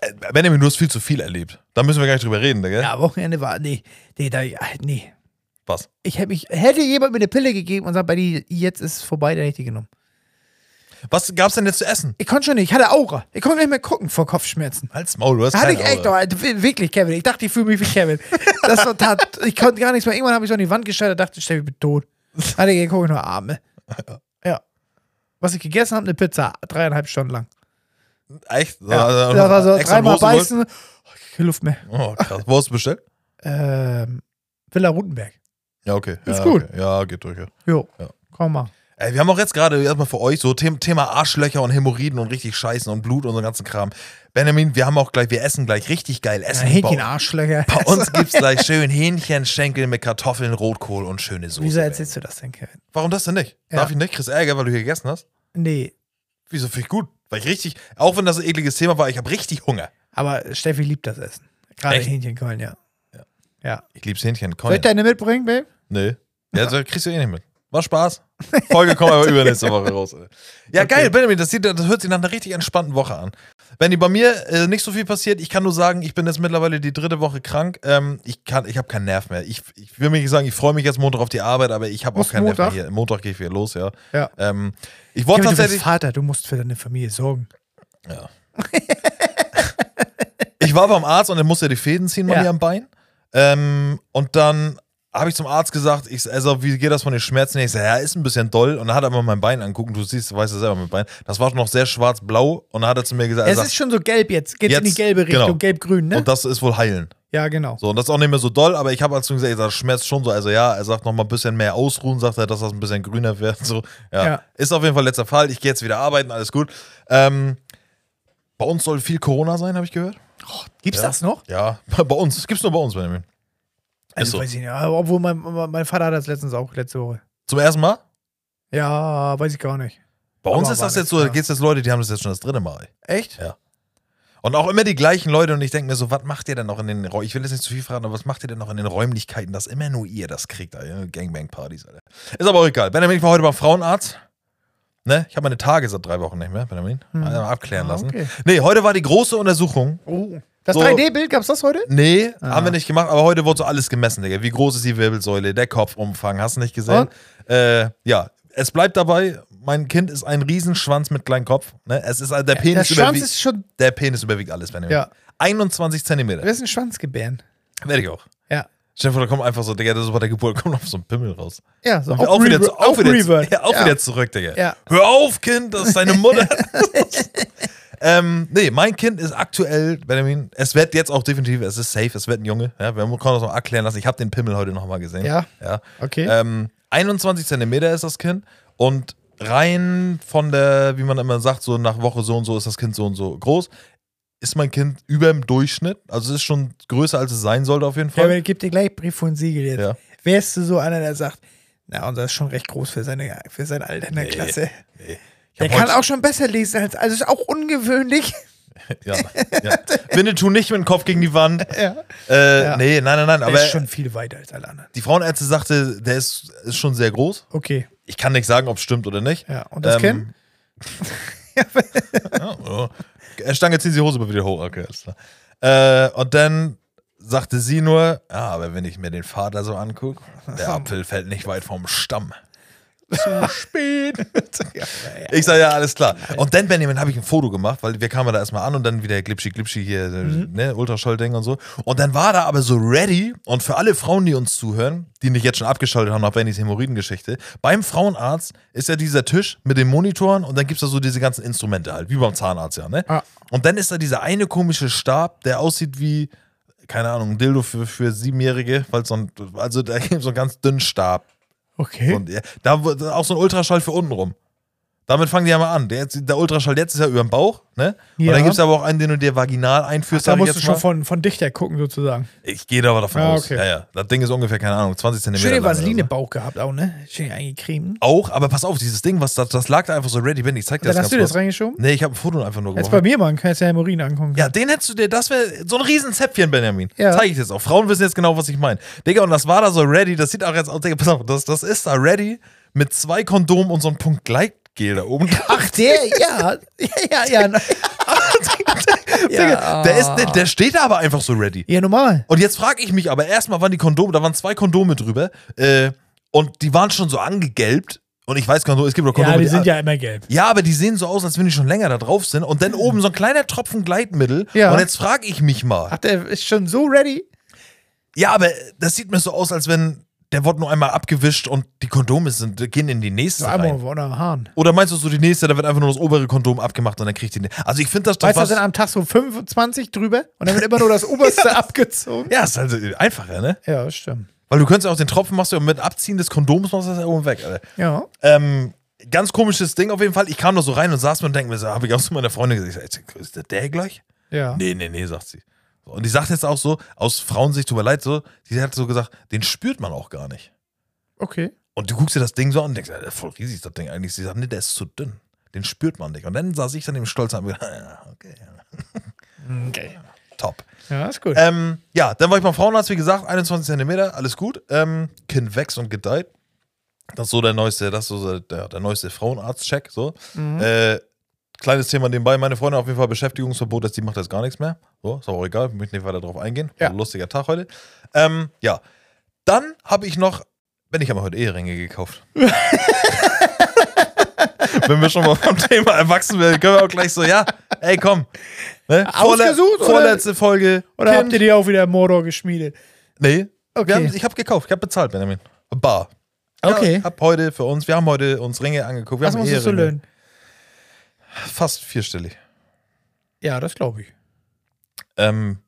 [SPEAKER 1] Äh, Benjamin, du hast viel zu viel erlebt. Da müssen wir gar nicht drüber reden, Digga.
[SPEAKER 2] Ja, Wochenende war. Nee, nee, da, ach, nee.
[SPEAKER 1] Was?
[SPEAKER 2] Ich hätte, mich, hätte jemand mir eine Pille gegeben und sagt, bei die jetzt ist es vorbei, dann hätte ich die genommen.
[SPEAKER 1] Was gab's denn jetzt zu essen?
[SPEAKER 2] Ich konnte schon nicht, ich hatte Aura. Ich konnte nicht mehr gucken vor Kopfschmerzen.
[SPEAKER 1] Halt's Maul, du hast
[SPEAKER 2] Hatte
[SPEAKER 1] keine
[SPEAKER 2] ich echt
[SPEAKER 1] Ahnung.
[SPEAKER 2] noch, Alter, wir- wirklich, Kevin. Ich dachte, ich fühle mich wie Kevin. Das war tat, ich konnte gar nichts mehr. Irgendwann habe ich so an die Wand geschaut und dachte, Steffi, ich bin tot. Hatte ich, gucke nur Arme. Ja. Was ich gegessen habe, eine Pizza, dreieinhalb Stunden lang.
[SPEAKER 1] Echt?
[SPEAKER 2] Ja.
[SPEAKER 1] Also,
[SPEAKER 2] das war so
[SPEAKER 1] extra
[SPEAKER 2] dreimal
[SPEAKER 1] Wurst geholt?
[SPEAKER 2] beißen, oh, keine Luft mehr.
[SPEAKER 1] Oh, krass. Wo hast du bestellt?
[SPEAKER 2] Ähm, Villa Rutenberg.
[SPEAKER 1] Ja, okay.
[SPEAKER 2] Ist
[SPEAKER 1] ja,
[SPEAKER 2] gut.
[SPEAKER 1] Okay. Ja, geht durch, ja.
[SPEAKER 2] Jo,
[SPEAKER 1] Ja.
[SPEAKER 2] komm mal.
[SPEAKER 1] Ey, wir haben auch jetzt gerade erstmal für euch so The Thema Arschlöcher und Hämorrhoiden und richtig Scheißen und Blut und so ganzen Kram. Benjamin, wir haben auch gleich, wir essen gleich richtig geil Essen.
[SPEAKER 2] Hähnchen
[SPEAKER 1] bei,
[SPEAKER 2] Arschlöcher.
[SPEAKER 1] bei uns gibt's gleich schön Hähnchenschenkel mit Kartoffeln, Rotkohl und schöne Soße.
[SPEAKER 2] Wieso erzählst du das denn, Kevin?
[SPEAKER 1] Warum das denn nicht?
[SPEAKER 2] Ja.
[SPEAKER 1] Darf ich nicht? Chris Ärger, weil du hier gegessen hast?
[SPEAKER 2] Nee,
[SPEAKER 1] Wieso finde ich gut? Weil ich richtig, auch wenn das ein ekliges Thema war, ich habe richtig Hunger.
[SPEAKER 2] aber Steffi liebt das Essen. Gerade
[SPEAKER 1] Echt?
[SPEAKER 2] Hähnchenkeulen, ja.
[SPEAKER 1] Ja.
[SPEAKER 2] Ja.
[SPEAKER 1] Ich lieb's Hähnchen. Komm
[SPEAKER 2] Soll ich deine mitbringen, Babe?
[SPEAKER 1] Nee. Ja, das kriegst du eh nicht mit. War Spaß. Folge kommt aber übernächste Woche raus. ey. Ja, geil, Benjamin, das, sieht, das hört sich nach einer richtig entspannten Woche an. Wenn die bei mir äh, nicht so viel passiert, ich kann nur sagen, ich bin jetzt mittlerweile die dritte Woche krank. Ähm, ich kann, ich habe keinen Nerv mehr. Ich, ich will mir nicht sagen, ich freue mich jetzt Montag auf die Arbeit, aber ich habe auch
[SPEAKER 2] Musst
[SPEAKER 1] keinen
[SPEAKER 2] Montag?
[SPEAKER 1] Nerv mehr hier. Montag gehe ich wieder los, ja.
[SPEAKER 2] Ja.
[SPEAKER 1] Ähm, ich wollte
[SPEAKER 2] Kevin, du bist
[SPEAKER 1] tatsächlich.
[SPEAKER 2] Vater, du musst für deine Familie sorgen.
[SPEAKER 1] Ich war beim Arzt und er musste die Fäden ziehen bei
[SPEAKER 2] Ja.
[SPEAKER 1] mir am Bein. Ähm, und dann habe ich zum Arzt gesagt, ich, also wie geht das von den Schmerzen? her? Ich sage, ja, ist ein bisschen doll. Und dann hat er mal mein Bein angucken. Du siehst, du weißt ja selber, mein Bein. Das war noch sehr schwarz-blau. Und dann hat er zu mir gesagt, er
[SPEAKER 2] es
[SPEAKER 1] sagt,
[SPEAKER 2] ist schon so gelb jetzt. Geht in die
[SPEAKER 1] Jetzt,
[SPEAKER 2] gelbe Richtung,
[SPEAKER 1] genau.
[SPEAKER 2] gelb-grün, ne?
[SPEAKER 1] und das ist wohl heilen.
[SPEAKER 2] Ja, genau.
[SPEAKER 1] So, und das ist auch nicht mehr so doll, aber ich habe als zu ihm gesagt, ich sag, das schmerzt schon so. Also ja, er sagt noch mal ein bisschen mehr ausruhen, sagt er, dass das ein bisschen grüner wird. So, ja.
[SPEAKER 2] Ja.
[SPEAKER 1] Ist auf jeden Fall letzter Fall. Ich gehe jetzt wieder arbeiten, alles gut. Ähm, bei uns soll viel Corona sein, habe ich gehört.
[SPEAKER 2] Gibt's
[SPEAKER 1] Ja.
[SPEAKER 2] das noch?
[SPEAKER 1] Ja, bei uns. Gibt's nur bei uns, Benjamin.
[SPEAKER 2] Also,
[SPEAKER 1] so.
[SPEAKER 2] weiß ich nicht. Aber Obwohl, mein, mein Vater hat das letztens auch, letzte Woche.
[SPEAKER 1] Zum ersten Mal?
[SPEAKER 2] Ja, weiß ich gar nicht.
[SPEAKER 1] Bei uns
[SPEAKER 2] Aber
[SPEAKER 1] ist
[SPEAKER 2] war
[SPEAKER 1] das
[SPEAKER 2] nicht,
[SPEAKER 1] jetzt so, da
[SPEAKER 2] ja.
[SPEAKER 1] geht's jetzt Leute, die haben das jetzt schon das dritte Mal.
[SPEAKER 2] Echt?
[SPEAKER 1] Und auch immer die gleichen Leute und ich denke mir so, was macht ihr denn noch in den Räu- Ich will jetzt nicht zu viel fragen, aber was macht ihr denn noch in den Räumlichkeiten, dass immer nur ihr das kriegt, Alter? Gangbang-Partys, Alter. Ist aber auch egal. Benjamin, ich war heute beim Frauenarzt. Ne? Ich habe meine Tage seit drei Wochen nicht mehr, Benjamin. Also mal abklären
[SPEAKER 2] Ah,
[SPEAKER 1] lassen.
[SPEAKER 2] okay.
[SPEAKER 1] Nee, heute war die große Untersuchung.
[SPEAKER 2] Oh. Das
[SPEAKER 1] So.
[SPEAKER 2] 3D-Bild, gab's das heute?
[SPEAKER 1] Nee,
[SPEAKER 2] Ah,
[SPEAKER 1] haben wir nicht gemacht, aber heute wurde so alles gemessen, Digga. Wie groß ist die Wirbelsäule, der Kopfumfang, hast du nicht gesehen? Äh, ja, es bleibt dabei, mein Kind ist ein Riesenschwanz mit kleinem Kopf. Ne? Es ist also der
[SPEAKER 2] Der
[SPEAKER 1] Penis
[SPEAKER 2] Schwanz
[SPEAKER 1] überwiegt.
[SPEAKER 2] ist schon.
[SPEAKER 1] Der Penis überwiegt alles, Benjamin.
[SPEAKER 2] Ja.
[SPEAKER 1] 21 Zentimeter.
[SPEAKER 2] Das ist ein Schwanzgebären.
[SPEAKER 1] Werde ich auch.
[SPEAKER 2] Ja.
[SPEAKER 1] Stell dir vor, da kommt einfach so, Digga, das ist bei der Geburt, kommt noch so ein Pimmel raus.
[SPEAKER 2] Ja, so.
[SPEAKER 1] Auch, wieder,
[SPEAKER 2] Reverb-
[SPEAKER 1] zu- auch, wieder, zu-
[SPEAKER 2] Reverb.
[SPEAKER 1] ja, auch wieder zurück, Digga.
[SPEAKER 2] Ja.
[SPEAKER 1] Hör auf, Kind, das ist deine Mutter. ähm, nee, mein Kind ist aktuell, Benjamin, es wird jetzt auch definitiv, es ist safe, es wird ein Junge. Ja, wir können das noch erklären lassen. Ich habe den Pimmel heute nochmal gesehen.
[SPEAKER 2] Ja.
[SPEAKER 1] ja.
[SPEAKER 2] Okay.
[SPEAKER 1] Ähm, 21 Zentimeter ist das Kind und rein von der, wie man immer sagt, so nach Woche so und so ist das Kind so und so groß. Ist mein Kind über dem Durchschnitt? Also es ist schon größer, als es sein sollte auf jeden Fall.
[SPEAKER 2] Kevin, ich geb dir gleich Brief und Siegel jetzt.
[SPEAKER 1] Ja.
[SPEAKER 2] Wärst du so einer, der sagt, na, unser ist schon recht groß für, seine, für sein Alter in der Klasse. Der
[SPEAKER 1] hab
[SPEAKER 2] kann
[SPEAKER 1] heute-
[SPEAKER 2] auch schon besser lesen als, also ist auch ungewöhnlich.
[SPEAKER 1] Ja, ja. Winnetou nicht mit dem Kopf gegen die Wand.
[SPEAKER 2] ja.
[SPEAKER 1] Äh,
[SPEAKER 2] Ja.
[SPEAKER 1] Nee, nein, nein, nein.
[SPEAKER 2] Der
[SPEAKER 1] Aber
[SPEAKER 2] ist schon viel weiter als alle anderen.
[SPEAKER 1] die Frauenärztin sagte, der ist, ist schon sehr groß.
[SPEAKER 2] Okay.
[SPEAKER 1] Ich kann nicht sagen, ob es stimmt oder nicht. Ähm,
[SPEAKER 2] Ja, und das Kind?
[SPEAKER 1] ja, ja. Er stand jetzt in die Hose aber wieder hoch. Okay, alles klar. Äh, und dann sagte sie nur, ja, aber wenn ich mir den Vater so angucke, der Apfel fällt nicht weit vom Stamm.
[SPEAKER 2] Spät. ja, ja.
[SPEAKER 1] Ich sage, ja, alles klar. Und dann, Benjamin, habe ich ein Foto gemacht, weil wir kamen da erstmal an und dann wieder Glipschi, Glipschi hier, ne, Ultraschall-Ding und so. Und dann war da aber so ready und für alle Frauen, die uns zuhören, die nicht jetzt schon abgeschaltet haben nach Bennys Hämorrhoidengeschichte, beim Frauenarzt ist ja dieser Tisch mit den Monitoren und dann gibt es da so diese ganzen Instrumente halt, wie beim Zahnarzt ja, ne?
[SPEAKER 2] Ah.
[SPEAKER 1] Und dann ist da dieser eine komische Stab, der aussieht wie, keine Ahnung, ein Dildo für, für Siebenjährige, weil so ein, also da gibt so einen ganz dünnen Stab.
[SPEAKER 2] Okay.
[SPEAKER 1] Und, ja, da wird auch so ein Ultraschall für unten rum. Damit fangen die ja mal an. Der, der Ultraschall jetzt ist ja über dem Bauch, ne?
[SPEAKER 2] Ja.
[SPEAKER 1] Und dann gibt es aber auch einen, den du dir vaginal einführst.
[SPEAKER 2] da
[SPEAKER 1] sag ich
[SPEAKER 2] musst du
[SPEAKER 1] jetzt
[SPEAKER 2] schon
[SPEAKER 1] mal.
[SPEAKER 2] von, von dichter gucken, sozusagen.
[SPEAKER 1] Ich gehe da aber davon
[SPEAKER 2] Ah,
[SPEAKER 1] aus.
[SPEAKER 2] okay.
[SPEAKER 1] Ja, ja. Das Ding ist ungefähr, keine Ahnung, 20 Zentimeter.
[SPEAKER 2] Schöne
[SPEAKER 1] lang oder so.
[SPEAKER 2] Vaseline-Bauch gehabt auch, ne? Schön eingecremt.
[SPEAKER 1] Auch, aber pass auf, dieses Ding, was das, das lag da einfach so ready, bin ich zeig dir
[SPEAKER 2] Dann
[SPEAKER 1] das
[SPEAKER 2] hast du
[SPEAKER 1] ganz
[SPEAKER 2] das
[SPEAKER 1] kurz.
[SPEAKER 2] reingeschoben?
[SPEAKER 1] Nee, ich habe ein Foto einfach nur
[SPEAKER 2] Jetzt bei
[SPEAKER 1] gemacht.
[SPEAKER 2] mir mal, kannst du ja Hämorrhoiden angucken.
[SPEAKER 1] Ja, den hättest du dir, das wäre so ein Riesenzäpfchen, Benjamin.
[SPEAKER 2] Ja.
[SPEAKER 1] Zeig ich jetzt auch. Frauen wissen jetzt genau, was ich meine. Digga, und das war da so ready, das sieht auch jetzt aus, Digga, pass auf, das, das ist da ready mit zwei Kondomen und so einem Punkt Gleitgel da oben.
[SPEAKER 2] Ach, der, ja. Ja, ja, ja.
[SPEAKER 1] Digga, der, ist, der, der steht da aber einfach so ready.
[SPEAKER 2] Ja, normal.
[SPEAKER 1] Und jetzt frage ich mich aber erstmal, waren die Kondome, da waren zwei Kondome drüber äh, und die waren schon so angegelbt und ich weiß gar nicht, es gibt doch Kondome,
[SPEAKER 2] Ja, die sind ja immer gelb.
[SPEAKER 1] Ja, aber die sehen so aus, als wenn die schon länger da drauf sind. Und dann oben so ein kleiner Tropfen Gleitmittel.
[SPEAKER 2] Ja.
[SPEAKER 1] Und jetzt frage ich mich mal.
[SPEAKER 2] Ach, der ist schon so ready?
[SPEAKER 1] Ja, aber das sieht mir so aus, als wenn der wurde nur einmal abgewischt und die Kondome sind, gehen in die nächste
[SPEAKER 2] So einmal
[SPEAKER 1] rein.
[SPEAKER 2] auf einem Hahn.
[SPEAKER 1] Oder meinst du so die nächste, da wird einfach nur das obere Kondom abgemacht und dann kriegt die. ne- Also ich finde das, das
[SPEAKER 2] Weißt du, da
[SPEAKER 1] was-
[SPEAKER 2] sind am Tag so 25 drüber und dann wird immer nur das oberste abgezogen.
[SPEAKER 1] Ja, ist also einfacher, ne?
[SPEAKER 2] Ja, stimmt.
[SPEAKER 1] Weil du könntest ja auch den Tropfen machst du ja mit Abziehen des Kondoms machst du das ja oben weg, Alter.
[SPEAKER 2] Ja.
[SPEAKER 1] Ähm, ganz komisches Ding auf jeden Fall. Ich kam da so rein und saß mir und denke mir, so, habe ich auch zu meiner Freundin gesagt, ich sag, ist der der gleich?
[SPEAKER 2] Ja.
[SPEAKER 1] Nee, nee, nee, sagt sie. So, Und die sagt jetzt auch so, aus Frauensicht, tut mir leid, so, die hat so gesagt, den spürt man auch gar nicht.
[SPEAKER 2] Okay.
[SPEAKER 1] Und du guckst dir das Ding so an und denkst, Alter, voll riesig ist das Ding eigentlich. Sie sagt, nee, der ist zu dünn. Den spürt man nicht. Und dann saß ich dann im Stolz an und gedacht, ja, okay, ja,
[SPEAKER 2] Okay.
[SPEAKER 1] top.
[SPEAKER 2] Ja, ist gut.
[SPEAKER 1] Ähm, ja, dann war ich beim Frauenarzt, wie gesagt, 21 cm, alles gut. Ähm, Kinn wächst und gedeiht. Das ist so der neueste, das ist so der, der neueste Frauenarzt-Check. So.
[SPEAKER 2] Mhm.
[SPEAKER 1] Äh, kleines Thema nebenbei, meine Freundin auf jeden Fall Beschäftigungsverbot, dass die macht jetzt gar nichts mehr. So, ist auch egal, ich möchte nicht weiter drauf eingehen.
[SPEAKER 2] Ja.
[SPEAKER 1] War Ein lustiger Tag heute. Ähm, ja. Dann habe ich noch, wenn ich habe mir heute Eheringe gekauft. wenn wir schon mal vom Thema erwachsen werden, können wir auch gleich so, ja, ey, komm. Ne? Vorle-
[SPEAKER 2] Ausgesucht, oder?
[SPEAKER 1] Vorletzte Folge.
[SPEAKER 2] Oder
[SPEAKER 1] Kind.
[SPEAKER 2] habt ihr die auch wieder im Mordor geschmiedet?
[SPEAKER 1] Nee.
[SPEAKER 2] Okay.
[SPEAKER 1] Wir haben, ich habe gekauft, ich habe bezahlt, Benjamin. Bar.
[SPEAKER 2] Okay.
[SPEAKER 1] Ja, hab heute für uns, wir haben heute uns Ringe angeguckt. Wir
[SPEAKER 2] Was
[SPEAKER 1] haben
[SPEAKER 2] musstest du
[SPEAKER 1] Eheringe.
[SPEAKER 2] löhnen?
[SPEAKER 1] Fast vierstellig.
[SPEAKER 2] Ja, das glaube ich.
[SPEAKER 1] Ähm,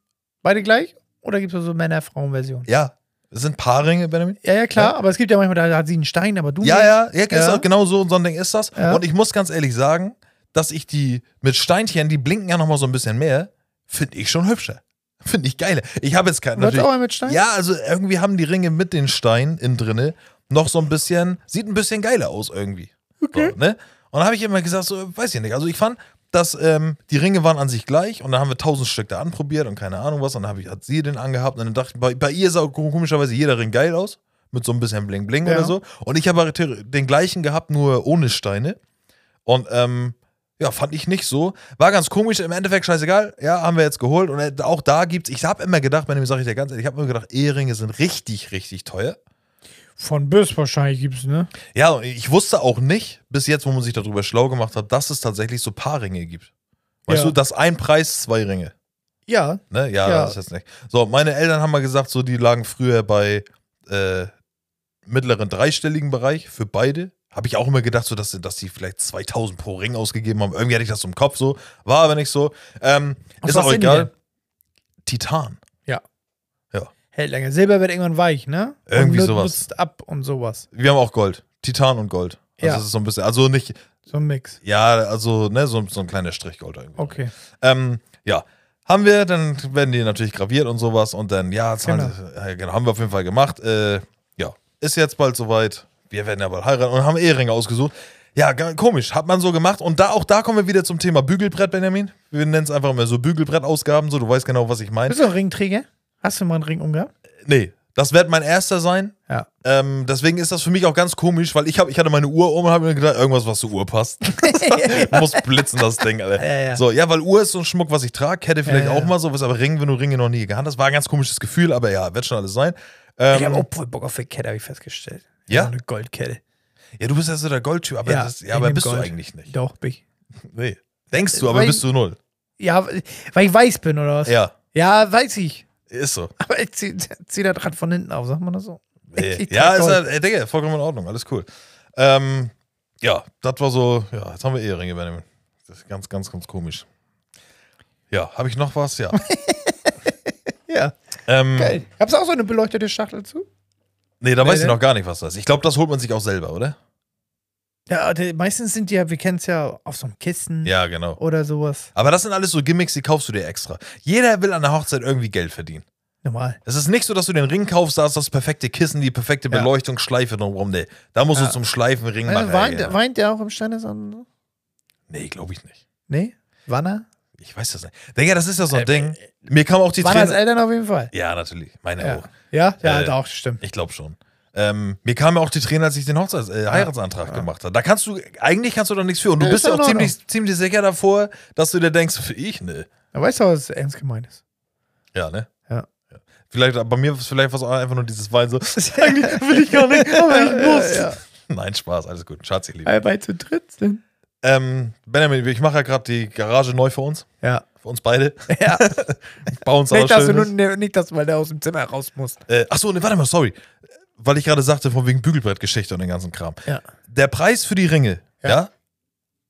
[SPEAKER 2] Beide gleich? Oder gibt es so Männer-Frauen-Version?
[SPEAKER 1] ja. Es sind Paarringe, Benjamin.
[SPEAKER 2] Ja, ja, klar, aber es gibt ja manchmal, da hat sie einen Stein, aber du.
[SPEAKER 1] Ja,
[SPEAKER 2] nicht.
[SPEAKER 1] ja, ja, ist
[SPEAKER 2] Uh. Ja.
[SPEAKER 1] Auch genau so, so ein Ding ist das.
[SPEAKER 2] Ja.
[SPEAKER 1] Und ich muss ganz ehrlich sagen, dass ich die mit Steinchen, die blinken ja nochmal so ein bisschen mehr, finde ich schon hübscher. Finde ich geiler. Ich habe jetzt keinen.
[SPEAKER 2] Wird's auch mal mit Stein?
[SPEAKER 1] Ja, also irgendwie haben die Ringe mit den Steinen innen drinne noch so ein bisschen, sieht ein bisschen geiler aus irgendwie. Okay. So, ne? Und da habe ich immer gesagt, so, weiß ich nicht. Also ich fand, dass ähm, die Ringe waren an sich gleich und dann haben wir tausend Stück da anprobiert und keine Ahnung was. Und dann hab ich, hat sie den angehabt und dann dachte ich, bei, bei ihr sah komischerweise jeder Ring geil aus. Mit so ein bisschen Bling Bling
[SPEAKER 2] Ja.
[SPEAKER 1] oder so. Und ich habe den gleichen gehabt, nur ohne Steine. Und ähm, ja, fand ich nicht so. War ganz komisch, im Endeffekt scheißegal. Ja, haben wir jetzt geholt. Und äh, auch da gibt's, ich habe immer gedacht, wenn ich sage ich dir ganz ehrlich, ich habe immer gedacht, Eheringe sind richtig, richtig teuer.
[SPEAKER 2] Von bis wahrscheinlich gibt es, ne?
[SPEAKER 1] Ja, und ich wusste auch nicht, bis jetzt, wo man sich darüber schlau gemacht hat, dass es tatsächlich so Paarringe gibt. Weißt du,
[SPEAKER 2] Ja.
[SPEAKER 1] dass ein Preis zwei Ringe.
[SPEAKER 2] Ja.
[SPEAKER 1] Ne? Ja,
[SPEAKER 2] Ja.
[SPEAKER 1] das ist jetzt nicht. So, meine Eltern haben mal gesagt, so, die lagen früher bei äh, mittleren dreistelligen Bereich für beide. Habe ich auch immer gedacht, so, dass, sie- dass die vielleicht 2000 pro Ring ausgegeben haben. Irgendwie hatte ich das im Kopf so. War aber nicht so. Ähm,
[SPEAKER 2] Aus
[SPEAKER 1] ist
[SPEAKER 2] was
[SPEAKER 1] auch
[SPEAKER 2] sind die
[SPEAKER 1] egal. Titan.
[SPEAKER 2] Hält länger. Silber wird irgendwann weich, ne?
[SPEAKER 1] Irgendwie
[SPEAKER 2] und
[SPEAKER 1] sowas.
[SPEAKER 2] nutzt ab und sowas.
[SPEAKER 1] Wir haben auch Gold. Titan und Gold. Also,
[SPEAKER 2] Ja.
[SPEAKER 1] das ist so ein bisschen. Also nicht.
[SPEAKER 2] So ein Mix.
[SPEAKER 1] Ja, also, ne, so, so ein kleiner Strich Gold irgendwie.
[SPEAKER 2] Okay.
[SPEAKER 1] Ähm, ja. Haben wir, dann werden die natürlich graviert und sowas und dann, ja, zahlen
[SPEAKER 2] Genau.
[SPEAKER 1] sie- äh, genau, haben wir auf jeden Fall gemacht. Äh, ja, ist jetzt bald soweit. Wir werden ja bald heiraten und haben Eheringe ausgesucht. Ja, ga- komisch, hat man so gemacht. Und da auch da kommen wir wieder zum Thema Bügelbrett, Benjamin. Wir nennen es einfach immer so Bügelbrettausgaben, so du weißt genau, was ich meine.
[SPEAKER 2] Bist du ein Ringträger? Hast du mal einen Ring umgehabt?
[SPEAKER 1] Nee, das wird mein erster sein.
[SPEAKER 2] Ja.
[SPEAKER 1] Ähm, deswegen ist das für mich auch ganz komisch, weil ich, hab, ich hatte meine Uhr um und habe mir gedacht, irgendwas, was zur Uhr passt. Muss blitzen, das Ding, Alter.
[SPEAKER 2] Ja, ja.
[SPEAKER 1] So, ja, weil Uhr ist so ein Schmuck, was ich trage. Hätte vielleicht
[SPEAKER 2] Ja, ja.
[SPEAKER 1] auch mal sowas, aber Ring, wenn du Ringe noch nie gehandelt hast, war ein ganz komisches Gefühl, aber ja, wird schon alles sein.
[SPEAKER 2] Ich habe
[SPEAKER 1] Ähm,
[SPEAKER 2] auch voll Bock auf eine Kette, habe ich festgestellt.
[SPEAKER 1] Ja?
[SPEAKER 2] So Eine Goldkette.
[SPEAKER 1] ja, du bist ja so der Goldtyp, aber, das, ja,
[SPEAKER 2] ich
[SPEAKER 1] aber
[SPEAKER 2] nehm
[SPEAKER 1] bist du
[SPEAKER 2] Gold.
[SPEAKER 1] eigentlich nicht.
[SPEAKER 2] Doch, bin ich.
[SPEAKER 1] Nee. Denkst du, aber
[SPEAKER 2] Weil-
[SPEAKER 1] bist du null.
[SPEAKER 2] Ja, weil ich weiß bin, oder was?
[SPEAKER 1] Ja,
[SPEAKER 2] Ja, weiß ich.
[SPEAKER 1] ist so.
[SPEAKER 2] Aber ich zieh, zieh das Rad von hinten auf, sagt man das so?
[SPEAKER 1] Nee.
[SPEAKER 2] Ich
[SPEAKER 1] ja,
[SPEAKER 2] trag
[SPEAKER 1] ist
[SPEAKER 2] Gold.
[SPEAKER 1] halt, ey, Digga, vollkommen in Ordnung, alles cool. Ähm, ja, das war so, ja, jetzt haben wir Eheringe übernehmen. Das ist ganz, ganz, ganz komisch. Ja, habe ich noch was? Ja.
[SPEAKER 2] Ja.
[SPEAKER 1] ähm,
[SPEAKER 2] Mhm. Geil. Gab's auch so eine beleuchtete Schachtel zu?
[SPEAKER 1] Nee, da
[SPEAKER 2] Nee,
[SPEAKER 1] weiß ich
[SPEAKER 2] ne?
[SPEAKER 1] noch gar nicht, was das ist. Ich glaube, das holt man sich auch selber, oder?
[SPEAKER 2] Ja, die, meistens sind die ja, wir kennen es ja auf so einem Kissen
[SPEAKER 1] Ja, genau.
[SPEAKER 2] oder sowas.
[SPEAKER 1] Aber das sind alles so Gimmicks, die kaufst du dir extra. Jeder will an der Hochzeit irgendwie Geld verdienen.
[SPEAKER 2] Normal.
[SPEAKER 1] Es ist nicht so, dass du den Ring kaufst, da ist das perfekte Kissen, die perfekte
[SPEAKER 2] Ja.
[SPEAKER 1] Beleuchtung, Schleife drumherum. Nee, da musst
[SPEAKER 2] Ja.
[SPEAKER 1] du zum Schleifenring machen.
[SPEAKER 2] Äh, weint,
[SPEAKER 1] ja.
[SPEAKER 2] weint der auch im Standesamt?
[SPEAKER 1] Nee, glaube ich nicht.
[SPEAKER 2] Nee? Wanner?
[SPEAKER 1] Ich weiß das nicht. Digga, das ist ja so ein
[SPEAKER 2] Äh,
[SPEAKER 1] Ding. Mir kam auch die
[SPEAKER 2] Wanners
[SPEAKER 1] Tränen.
[SPEAKER 2] Eltern auf jeden Fall.
[SPEAKER 1] Ja, natürlich. Meine
[SPEAKER 2] Ja,
[SPEAKER 1] auch.
[SPEAKER 2] ja, ja
[SPEAKER 1] Äh,
[SPEAKER 2] auch, stimmt.
[SPEAKER 1] Ich glaube schon. Ähm, mir kam ja auch die Tränen, als ich den Hochzeits äh, Heiratsantrag gemacht habe. Da kannst du, eigentlich kannst du doch nichts für. Und du
[SPEAKER 2] Nee,
[SPEAKER 1] bist
[SPEAKER 2] ist
[SPEAKER 1] ja
[SPEAKER 2] in
[SPEAKER 1] auch ziemlich, ziemlich sicher davor, dass du dir denkst, für ich, ne.
[SPEAKER 2] Da weißt du, auch, dass es ernst gemeint ist.
[SPEAKER 1] Ja, ne?
[SPEAKER 2] Ja.
[SPEAKER 1] Vielleicht, bei mir ist vielleicht was einfach nur dieses Wein so.
[SPEAKER 2] Eigentlich will ich gar nicht, aber ich muss. Ja,
[SPEAKER 1] Nein, Spaß, alles gut. Schatz, ich liebe.
[SPEAKER 2] ja. Weil zu dritt sind.
[SPEAKER 1] Ähm, Benjamin, ich mache ja gerade die Garage neu für uns.
[SPEAKER 2] Ja.
[SPEAKER 1] Für uns beide.
[SPEAKER 2] ja.
[SPEAKER 1] Ich baue uns
[SPEAKER 2] Nicht,
[SPEAKER 1] auch
[SPEAKER 2] dass du
[SPEAKER 1] schön.
[SPEAKER 2] nun, nicht, dass du mal da aus dem Zimmer raus musst.
[SPEAKER 1] Äh, achso, ne, warte mal, sorry. Weil ich gerade sagte, von wegen Bügelbrettgeschichte und den ganzen Kram.
[SPEAKER 2] Ja.
[SPEAKER 1] Der Preis für die Ringe,
[SPEAKER 2] Ja.
[SPEAKER 1] ja.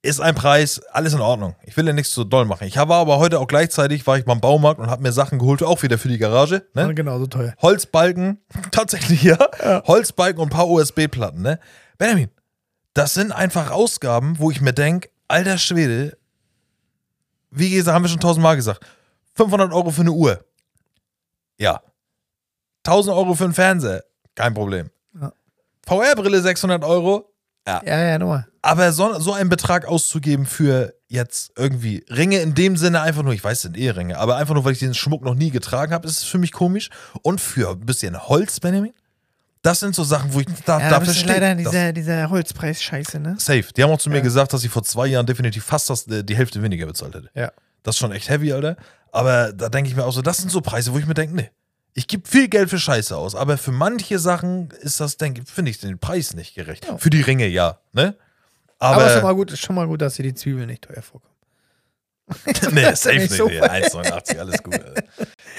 [SPEAKER 1] ist ein Preis, alles in Ordnung. Ich will ja nichts so doll machen. Ich habe aber heute auch gleichzeitig, war ich beim Baumarkt und habe mir Sachen geholt, auch wieder für die Garage. Ne?
[SPEAKER 2] Und genauso teuer.
[SPEAKER 1] Holzbalken, tatsächlich ja, Holzbalken und ein paar USB-Platten, ne? Benjamin, das sind einfach Ausgaben, wo ich mir denke, alter Schwede, wie gesagt, haben wir schon tausendmal gesagt, 500 Euro für eine Uhr. Ja. 1000 Euro für einen Fernseher, kein Problem.
[SPEAKER 2] Ja.
[SPEAKER 1] VR-Brille 600 Euro,
[SPEAKER 2] Ja, ja, nochmal.
[SPEAKER 1] aber so, so einen Betrag auszugeben für jetzt irgendwie Ringe in dem Sinne einfach nur, ich weiß, es sind eh Ringe, aber einfach nur, weil ich diesen Schmuck noch nie getragen habe, ist es für mich komisch. Und für ein bisschen Holz, Benjamin, das sind so Sachen, wo ich da,
[SPEAKER 2] Ja, da
[SPEAKER 1] dafür
[SPEAKER 2] bist du
[SPEAKER 1] stehe.
[SPEAKER 2] leider in
[SPEAKER 1] Das-
[SPEAKER 2] dieser, dieser Holzpreis-Scheiße, ne?
[SPEAKER 1] Safe. Die haben auch zu mir
[SPEAKER 2] Ja.
[SPEAKER 1] gesagt, dass ich vor zwei Jahren definitiv fast das, äh, die Hälfte weniger bezahlt hätte.
[SPEAKER 2] Ja.
[SPEAKER 1] Das ist schon echt heavy, Alter. Aber da denke ich mir auch so, das sind so Preise, wo ich mir denke, nee, ich gebe viel Geld für Scheiße aus, aber für manche Sachen ist das, denke finde ich den Preis nicht gerecht.
[SPEAKER 2] Ja.
[SPEAKER 1] Für die Ringe ja, ne?
[SPEAKER 2] Aber,
[SPEAKER 1] Aber,
[SPEAKER 2] ist schon mal gut, ist schon mal gut, dass dir die Zwiebeln nicht teuer vorkommen.
[SPEAKER 1] nee, safe
[SPEAKER 2] nicht
[SPEAKER 1] nicht.
[SPEAKER 2] so
[SPEAKER 1] nee, 1,89, alles gut. Alter.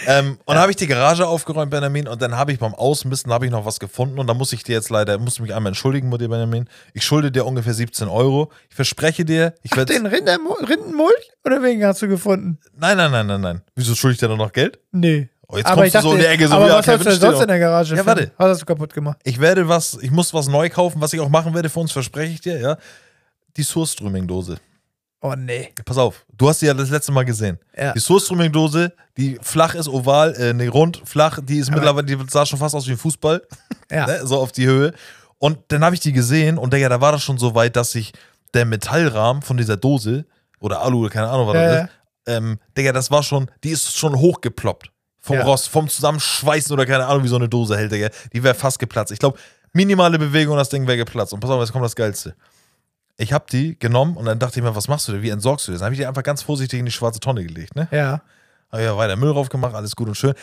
[SPEAKER 1] ähm, und dann habe ich die Garage aufgeräumt, Benjamin, und dann habe ich beim Ausmisten habe ich noch was gefunden und da muss ich dir jetzt leider, muss mich einmal entschuldigen mit dir, Benjamin. Ich schulde dir ungefähr 17 Euro. Ich verspreche dir, ich
[SPEAKER 2] Ach,
[SPEAKER 1] werde.
[SPEAKER 2] den Rinder Rindenmulch? Oder wen hast du gefunden?
[SPEAKER 1] Nein, nein, nein, nein, nein. Wieso schulde ich dir dann noch Geld?
[SPEAKER 2] Nee.
[SPEAKER 1] Oh, jetzt kommst du so in die Ecke, so
[SPEAKER 2] aber
[SPEAKER 1] ja,
[SPEAKER 2] was hast du
[SPEAKER 1] Kevin,
[SPEAKER 2] denn
[SPEAKER 1] steht
[SPEAKER 2] sonst
[SPEAKER 1] doch.
[SPEAKER 2] in der Garage?
[SPEAKER 1] Ja,
[SPEAKER 2] finden?
[SPEAKER 1] warte.
[SPEAKER 2] Was hast du kaputt gemacht?
[SPEAKER 1] Ich werde was, ich muss was neu kaufen, was ich auch machen werde für uns, verspreche ich dir, ja. Die Surströmming-Dose.
[SPEAKER 2] Oh, nee.
[SPEAKER 1] Pass auf, du hast sie ja das letzte Mal gesehen.
[SPEAKER 2] Ja.
[SPEAKER 1] Die Surströmming-Dose, die flach ist, oval, äh, nee, rund, flach, die ist
[SPEAKER 2] Aber-
[SPEAKER 1] mittlerweile, die sah schon fast aus wie ein Fußball.
[SPEAKER 2] Ja.
[SPEAKER 1] ne, so auf die Höhe. Und dann habe ich die gesehen und Digga, da war das schon so weit, dass sich der Metallrahmen von dieser Dose oder Alu, oder keine Ahnung, was
[SPEAKER 2] Ja,
[SPEAKER 1] das
[SPEAKER 2] ja.
[SPEAKER 1] ist, ähm, Digga, das war schon, die ist schon hochgeploppt. Vom
[SPEAKER 2] Ja.
[SPEAKER 1] Rost, vom Zusammenschweißen oder keine Ahnung, wie so eine Dose hält, Digga. Die wäre fast geplatzt. Ich glaube, minimale Bewegung und das Ding wäre geplatzt. Und pass auf, jetzt kommt das Geilste. Ich habe die genommen und dann dachte ich mir, was machst du denn? Wie entsorgst du das? Dann habe ich die einfach ganz vorsichtig in die schwarze Tonne gelegt, ne?
[SPEAKER 2] Ja.
[SPEAKER 1] Hab ja weiter Müll raufgemacht, alles gut und schön. Äh,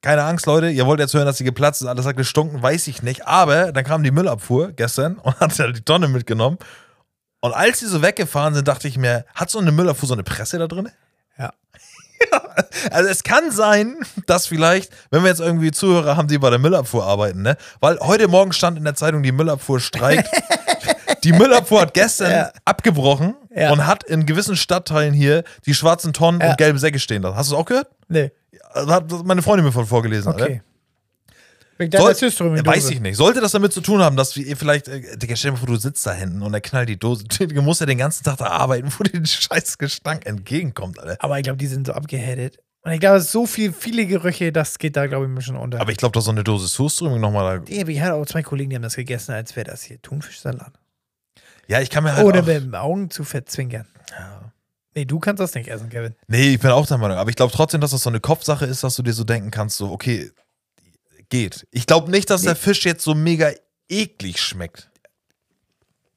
[SPEAKER 1] Keine Angst, Leute, ihr wollt jetzt hören, dass sie geplatzt ist, alles hat gestunken, weiß ich nicht. Aber dann kam die Müllabfuhr gestern und hat ja die Tonne mitgenommen. Und als sie so weggefahren sind, dachte ich mir, hat so eine Müllabfuhr so eine Presse da drin?
[SPEAKER 2] Ja.
[SPEAKER 1] Also es kann sein, dass vielleicht, wenn wir jetzt irgendwie Zuhörer haben, die bei der Müllabfuhr arbeiten, ne? Weil heute Morgen stand in der Zeitung, die Müllabfuhr streikt. die Müllabfuhr hat gestern
[SPEAKER 2] Ja.
[SPEAKER 1] abgebrochen
[SPEAKER 2] Ja.
[SPEAKER 1] und hat in gewissen Stadtteilen hier die schwarzen Tonnen
[SPEAKER 2] Ja.
[SPEAKER 1] und gelben Säcke stehen lassen. Hast du es auch gehört?
[SPEAKER 2] Nee.
[SPEAKER 1] Also hat meine Freundin mir von vorgelesen.
[SPEAKER 2] Okay. Wegen
[SPEAKER 1] Oder?
[SPEAKER 2] deiner
[SPEAKER 1] Soll,
[SPEAKER 2] Süßströmung.
[SPEAKER 1] weiß ich nicht. Sollte das damit zu tun haben, dass wir vielleicht, äh, Digga, stell dir mal vor, du sitzt da hinten und er knallt die Dose. Du musst ja den ganzen Tag da arbeiten, wo dir der scheiß Gestank entgegenkommt, Alter.
[SPEAKER 2] Aber ich glaube, die sind so abgehärtet. Und ich glaube, es ist so viel, viele Gerüche, das geht da, glaube ich, mir schon unter.
[SPEAKER 1] Aber ich glaube, dass so eine Dose Soßströmung nochmal da.
[SPEAKER 2] ich, ich hatte auch zwei Kollegen, die haben das gegessen, als wäre das hier Thunfischsalat.
[SPEAKER 1] Ja, ich kann mir halt.
[SPEAKER 2] Ohne
[SPEAKER 1] auch,
[SPEAKER 2] mit den Augen zu verzwinkern. Nee, du kannst das nicht essen, Kevin.
[SPEAKER 1] nee, ich bin auch der Meinung. Aber ich glaube trotzdem, dass das so eine Kopfsache ist, dass du dir so denken kannst, so, okay, geht. Ich glaube nicht, dass der Fisch jetzt so mega eklig schmeckt.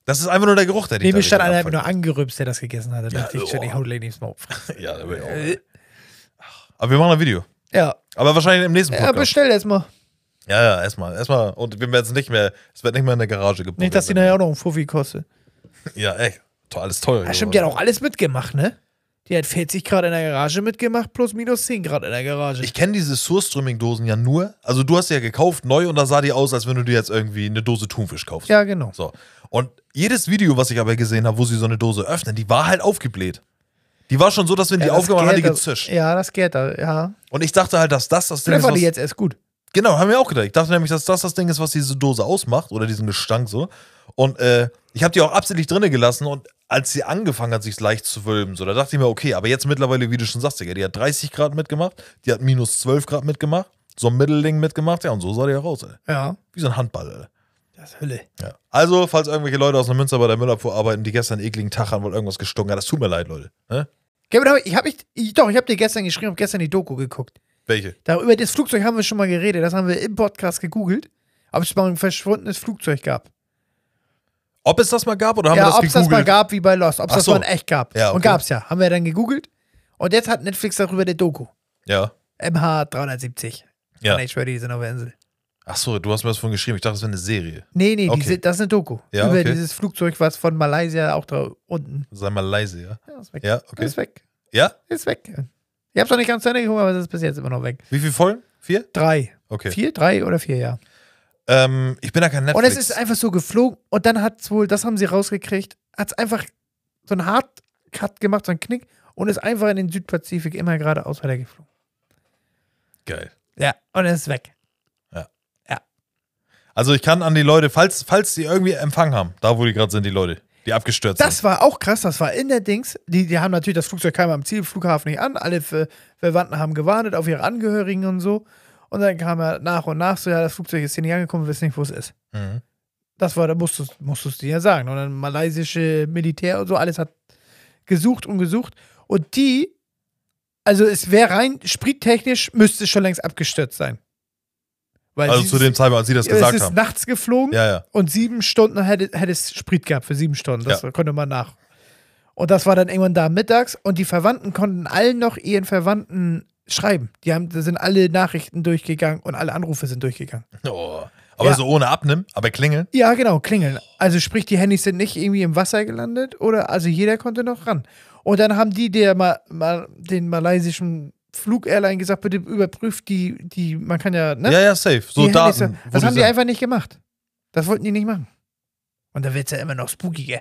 [SPEAKER 1] Das ist einfach nur der Geruch, der dich
[SPEAKER 2] Nee, mir
[SPEAKER 1] da
[SPEAKER 2] stand einer,
[SPEAKER 1] richtig
[SPEAKER 2] der hat mir nur angerübst, der das gegessen hat. Da dachte ich schon,
[SPEAKER 1] oh.
[SPEAKER 2] ich hau den nächsten Mal auf.
[SPEAKER 1] abfuckt. Ja, da bin ich auch. Aber wir machen ein Video.
[SPEAKER 2] Ja,
[SPEAKER 1] Aber wahrscheinlich im nächsten
[SPEAKER 2] ja
[SPEAKER 1] Podcast.
[SPEAKER 2] bestell jetzt mal.
[SPEAKER 1] Ja, ja, erstmal, erstmal. Und wir werden es nicht mehr, es wird nicht mehr in der Garage gebucht.
[SPEAKER 2] Nicht, dass die nachher auch noch einen Fuffi kostet.
[SPEAKER 1] Ja, echt. To- Alles teuer.
[SPEAKER 2] Ja, stimmt, die hat auch alles mitgemacht, ne? Die hat 40 Grad in der Garage mitgemacht, plus minus 10 Grad in der Garage.
[SPEAKER 1] Ich kenne diese Surströmming-Dosen ja nur. Also, du hast sie ja gekauft neu und da sah die aus, als wenn du dir jetzt irgendwie eine Dose Thunfisch kaufst.
[SPEAKER 2] ja, genau.
[SPEAKER 1] So. Und jedes Video, was ich aber gesehen habe, wo sie so eine Dose öffnen, die war halt aufgebläht. Die war schon so, dass wenn die
[SPEAKER 2] das
[SPEAKER 1] aufgemacht hat, die
[SPEAKER 2] geht da-
[SPEAKER 1] gezischt.
[SPEAKER 2] Ja, das geht da, ja.
[SPEAKER 1] Und ich dachte halt, dass das das Ding
[SPEAKER 2] Vielleicht
[SPEAKER 1] ist.
[SPEAKER 2] war die
[SPEAKER 1] was-
[SPEAKER 2] jetzt erst gut.
[SPEAKER 1] Genau, haben wir auch gedacht. Ich dachte nämlich, dass das das Ding ist, was diese Dose ausmacht oder diesen Gestank so. Und äh, ich habe die auch absichtlich drinnen gelassen und als sie angefangen hat, sich leicht zu wölben, so, da dachte ich mir, okay, aber jetzt mittlerweile, wie du schon sagst, Digga, die hat 30 Grad mitgemacht, die hat minus 12 Grad mitgemacht, so ein Mittelding mitgemacht, ja, und so sah die auch aus, ey.
[SPEAKER 2] Ja.
[SPEAKER 1] Wie so ein Handball, ey.
[SPEAKER 2] Das ist Hölle.
[SPEAKER 1] Ja. Also, falls irgendwelche Leute aus einer Münster bei der Müllabfuhr arbeiten, die gestern einen ekligen Tag haben, weil irgendwas gestunken hat, das tut mir leid, Leute. Ne?
[SPEAKER 2] Kevin, hab ich, ich habe ich, ich, doch, ich habe dir gestern geschrieben, habe gestern die Doku geguckt.
[SPEAKER 1] Welche?
[SPEAKER 2] Da, über das Flugzeug haben wir schon mal geredet, das haben wir im Podcast gegoogelt, ob es mal ein verschwundenes Flugzeug gab.
[SPEAKER 1] Ob es das mal gab oder haben
[SPEAKER 2] ja,
[SPEAKER 1] wir das
[SPEAKER 2] ob es das mal
[SPEAKER 1] gegoogelt?
[SPEAKER 2] gab wie bei Lost, ob es
[SPEAKER 1] Ach
[SPEAKER 2] das
[SPEAKER 1] so.
[SPEAKER 2] mal in echt gab.
[SPEAKER 1] Ja, okay.
[SPEAKER 2] Und gab es ja, haben wir dann gegoogelt. Und jetzt hat Netflix darüber eine Doku.
[SPEAKER 1] Ja.
[SPEAKER 2] MH370.
[SPEAKER 1] Ja.
[SPEAKER 2] Von HBO, die sind auf der Insel.
[SPEAKER 1] Achso, du hast mir das vorhin geschrieben. Ich dachte, das wäre eine Serie.
[SPEAKER 2] Nee, nee,
[SPEAKER 1] Okay.
[SPEAKER 2] die sind, das ist eine Doku.
[SPEAKER 1] Ja,
[SPEAKER 2] über
[SPEAKER 1] okay.
[SPEAKER 2] dieses Flugzeug, was von Malaysia auch da unten.
[SPEAKER 1] Sei mal leise, ja?
[SPEAKER 2] Ja, ist weg.
[SPEAKER 1] Ja, okay.
[SPEAKER 2] Ist weg.
[SPEAKER 1] Ja?
[SPEAKER 2] Ist weg. Ich hab's noch nicht ganz zu Ende geguckt, aber es ist bis jetzt immer noch weg.
[SPEAKER 1] Wie viele Folgen? Vier?
[SPEAKER 2] Drei.
[SPEAKER 1] Okay.
[SPEAKER 2] Vier, drei oder vier, ja.
[SPEAKER 1] Ähm, ich bin ja kein
[SPEAKER 2] Und
[SPEAKER 1] Netflix.
[SPEAKER 2] es ist einfach so geflogen und dann hat's wohl, das haben sie rausgekriegt, hat's einfach so einen Hardcut gemacht, so einen Knick und ist einfach in den Südpazifik immer geradeaus weitergeflogen.
[SPEAKER 1] geil.
[SPEAKER 2] Ja. Und es ist weg.
[SPEAKER 1] Also ich kann an die Leute, falls, falls die irgendwie Empfang haben, da wo die gerade sind, die Leute, die abgestürzt sind.
[SPEAKER 2] Das war auch krass, das war in der Dings. Die, die haben natürlich das Flugzeug kam am Ziel, Flughafen nicht an. Alle Ver Verwandten haben gewartet auf ihre Angehörigen und so. Und dann kam er nach und nach so: Ja, das Flugzeug ist hier nicht angekommen, wir wissen nicht, wo es ist.
[SPEAKER 1] Mhm.
[SPEAKER 2] Das war, da musstest, musstest du dir ja sagen. Und dann malaysische Militär und so, alles hat gesucht und gesucht. Und die, also es wäre rein sprittechnisch, müsste schon längst abgestürzt sein. Weil
[SPEAKER 1] Also
[SPEAKER 2] sie-
[SPEAKER 1] zu dem Zeitpunkt, als sie das
[SPEAKER 2] es
[SPEAKER 1] gesagt
[SPEAKER 2] ist
[SPEAKER 1] haben.
[SPEAKER 2] nachts geflogen
[SPEAKER 1] Ja, ja.
[SPEAKER 2] und sieben Stunden hätte, hätte es Sprit gehabt für sieben Stunden. Das konnte man nach. Und das war dann irgendwann da mittags und die Verwandten konnten allen noch ihren Verwandten schreiben. Die haben, da sind alle Nachrichten durchgegangen und alle Anrufe sind durchgegangen.
[SPEAKER 1] Oh. Aber
[SPEAKER 2] Ja.
[SPEAKER 1] so ohne Abnehmen, aber klingeln.
[SPEAKER 2] Ja, genau, klingeln. Also sprich, die Handys sind nicht irgendwie im Wasser gelandet oder also jeder konnte noch ran. Und dann haben die der mal, mal den malaysischen Flugairline gesagt, bitte überprüft die, die, man kann ja, ne?
[SPEAKER 1] Ja, ja, safe. So
[SPEAKER 2] die Handys-
[SPEAKER 1] Daten. wo
[SPEAKER 2] Das haben die
[SPEAKER 1] sind.
[SPEAKER 2] einfach nicht gemacht. Das wollten die nicht machen. Und da wird es ja immer noch spookiger.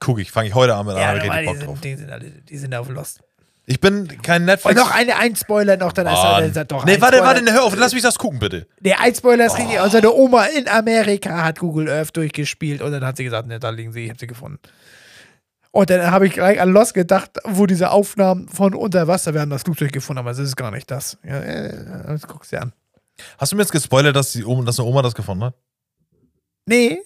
[SPEAKER 1] Guck ich, fange ich heute an mit
[SPEAKER 2] Ja,
[SPEAKER 1] an, hab ich
[SPEAKER 2] normal,
[SPEAKER 1] richtig
[SPEAKER 2] die
[SPEAKER 1] Bock drauf.
[SPEAKER 2] sind, die, sind alle, die sind auf Lost.
[SPEAKER 1] Ich bin kein
[SPEAKER 2] Und
[SPEAKER 1] Netflix.
[SPEAKER 2] noch eine, ein Spoiler noch, dann
[SPEAKER 1] Mann.
[SPEAKER 2] ist er doch
[SPEAKER 1] nee,
[SPEAKER 2] ein
[SPEAKER 1] warte,
[SPEAKER 2] Spoiler.
[SPEAKER 1] warte, ne- Oh. nee, hör auf, lass mich das gucken, bitte.
[SPEAKER 2] Nee, ein Spoiler ist richtig. Und seine Oma in Amerika hat Google Earth durchgespielt und dann hat sie gesagt, ne, da liegen sie, ich hab sie gefunden. Und dann habe ich gleich an Lost gedacht, wo diese Aufnahmen von unter Wasser, wir haben das Flugzeug gefunden, aber es ist gar nicht das. Ja, äh, das guckst du dir an.
[SPEAKER 1] Hast du mir jetzt gespoilert, dass, die Oma, dass eine Oma das gefunden hat?
[SPEAKER 2] Nee,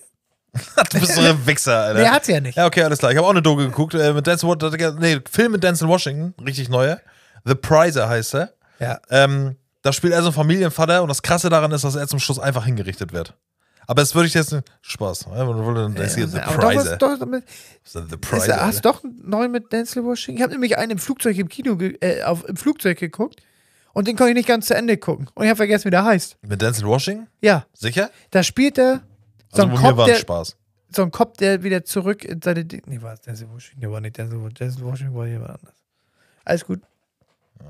[SPEAKER 1] Du bist so ein Wichser, Alter.
[SPEAKER 2] nee, hat sie ja nicht.
[SPEAKER 1] Ja, okay, alles klar. Ich habe auch eine Doku geguckt äh, mit Denzel Washington. Nee, Film mit Denzel Washington, richtig neuer. The Prizer heißt er.
[SPEAKER 2] Ja.
[SPEAKER 1] Ähm, da spielt er so einen Familienvater und das Krasse daran ist, dass er zum Schluss einfach hingerichtet wird. Aber es würde ich jetzt nicht. Spaß. ne? Man würde- Das hier ist The
[SPEAKER 2] Aber doch, was-
[SPEAKER 1] Prizer.
[SPEAKER 2] doch, damit-
[SPEAKER 1] The
[SPEAKER 2] Ist,
[SPEAKER 1] Prizer.
[SPEAKER 2] da- hast
[SPEAKER 1] Alter.
[SPEAKER 2] du doch einen neuen mit Denzel Washington? Ich habe nämlich einen im Flugzeug im Kino ge- äh, auf, im Flugzeug geguckt und den konnte ich nicht ganz zu Ende gucken. Und ich habe vergessen, wie der heißt.
[SPEAKER 1] Mit Denzel Washington?
[SPEAKER 2] Ja,
[SPEAKER 1] Sicher?
[SPEAKER 2] da spielt er
[SPEAKER 1] Also
[SPEAKER 2] so ein
[SPEAKER 1] bei mir
[SPEAKER 2] Cop,
[SPEAKER 1] war es
[SPEAKER 2] der,
[SPEAKER 1] Spaß.
[SPEAKER 2] so ein Cop, der wieder zurück in seine. Di nee, war es Denzel Washington? Der war nicht Denzel Washington. Denzel Washington war jemand anders. Alles gut.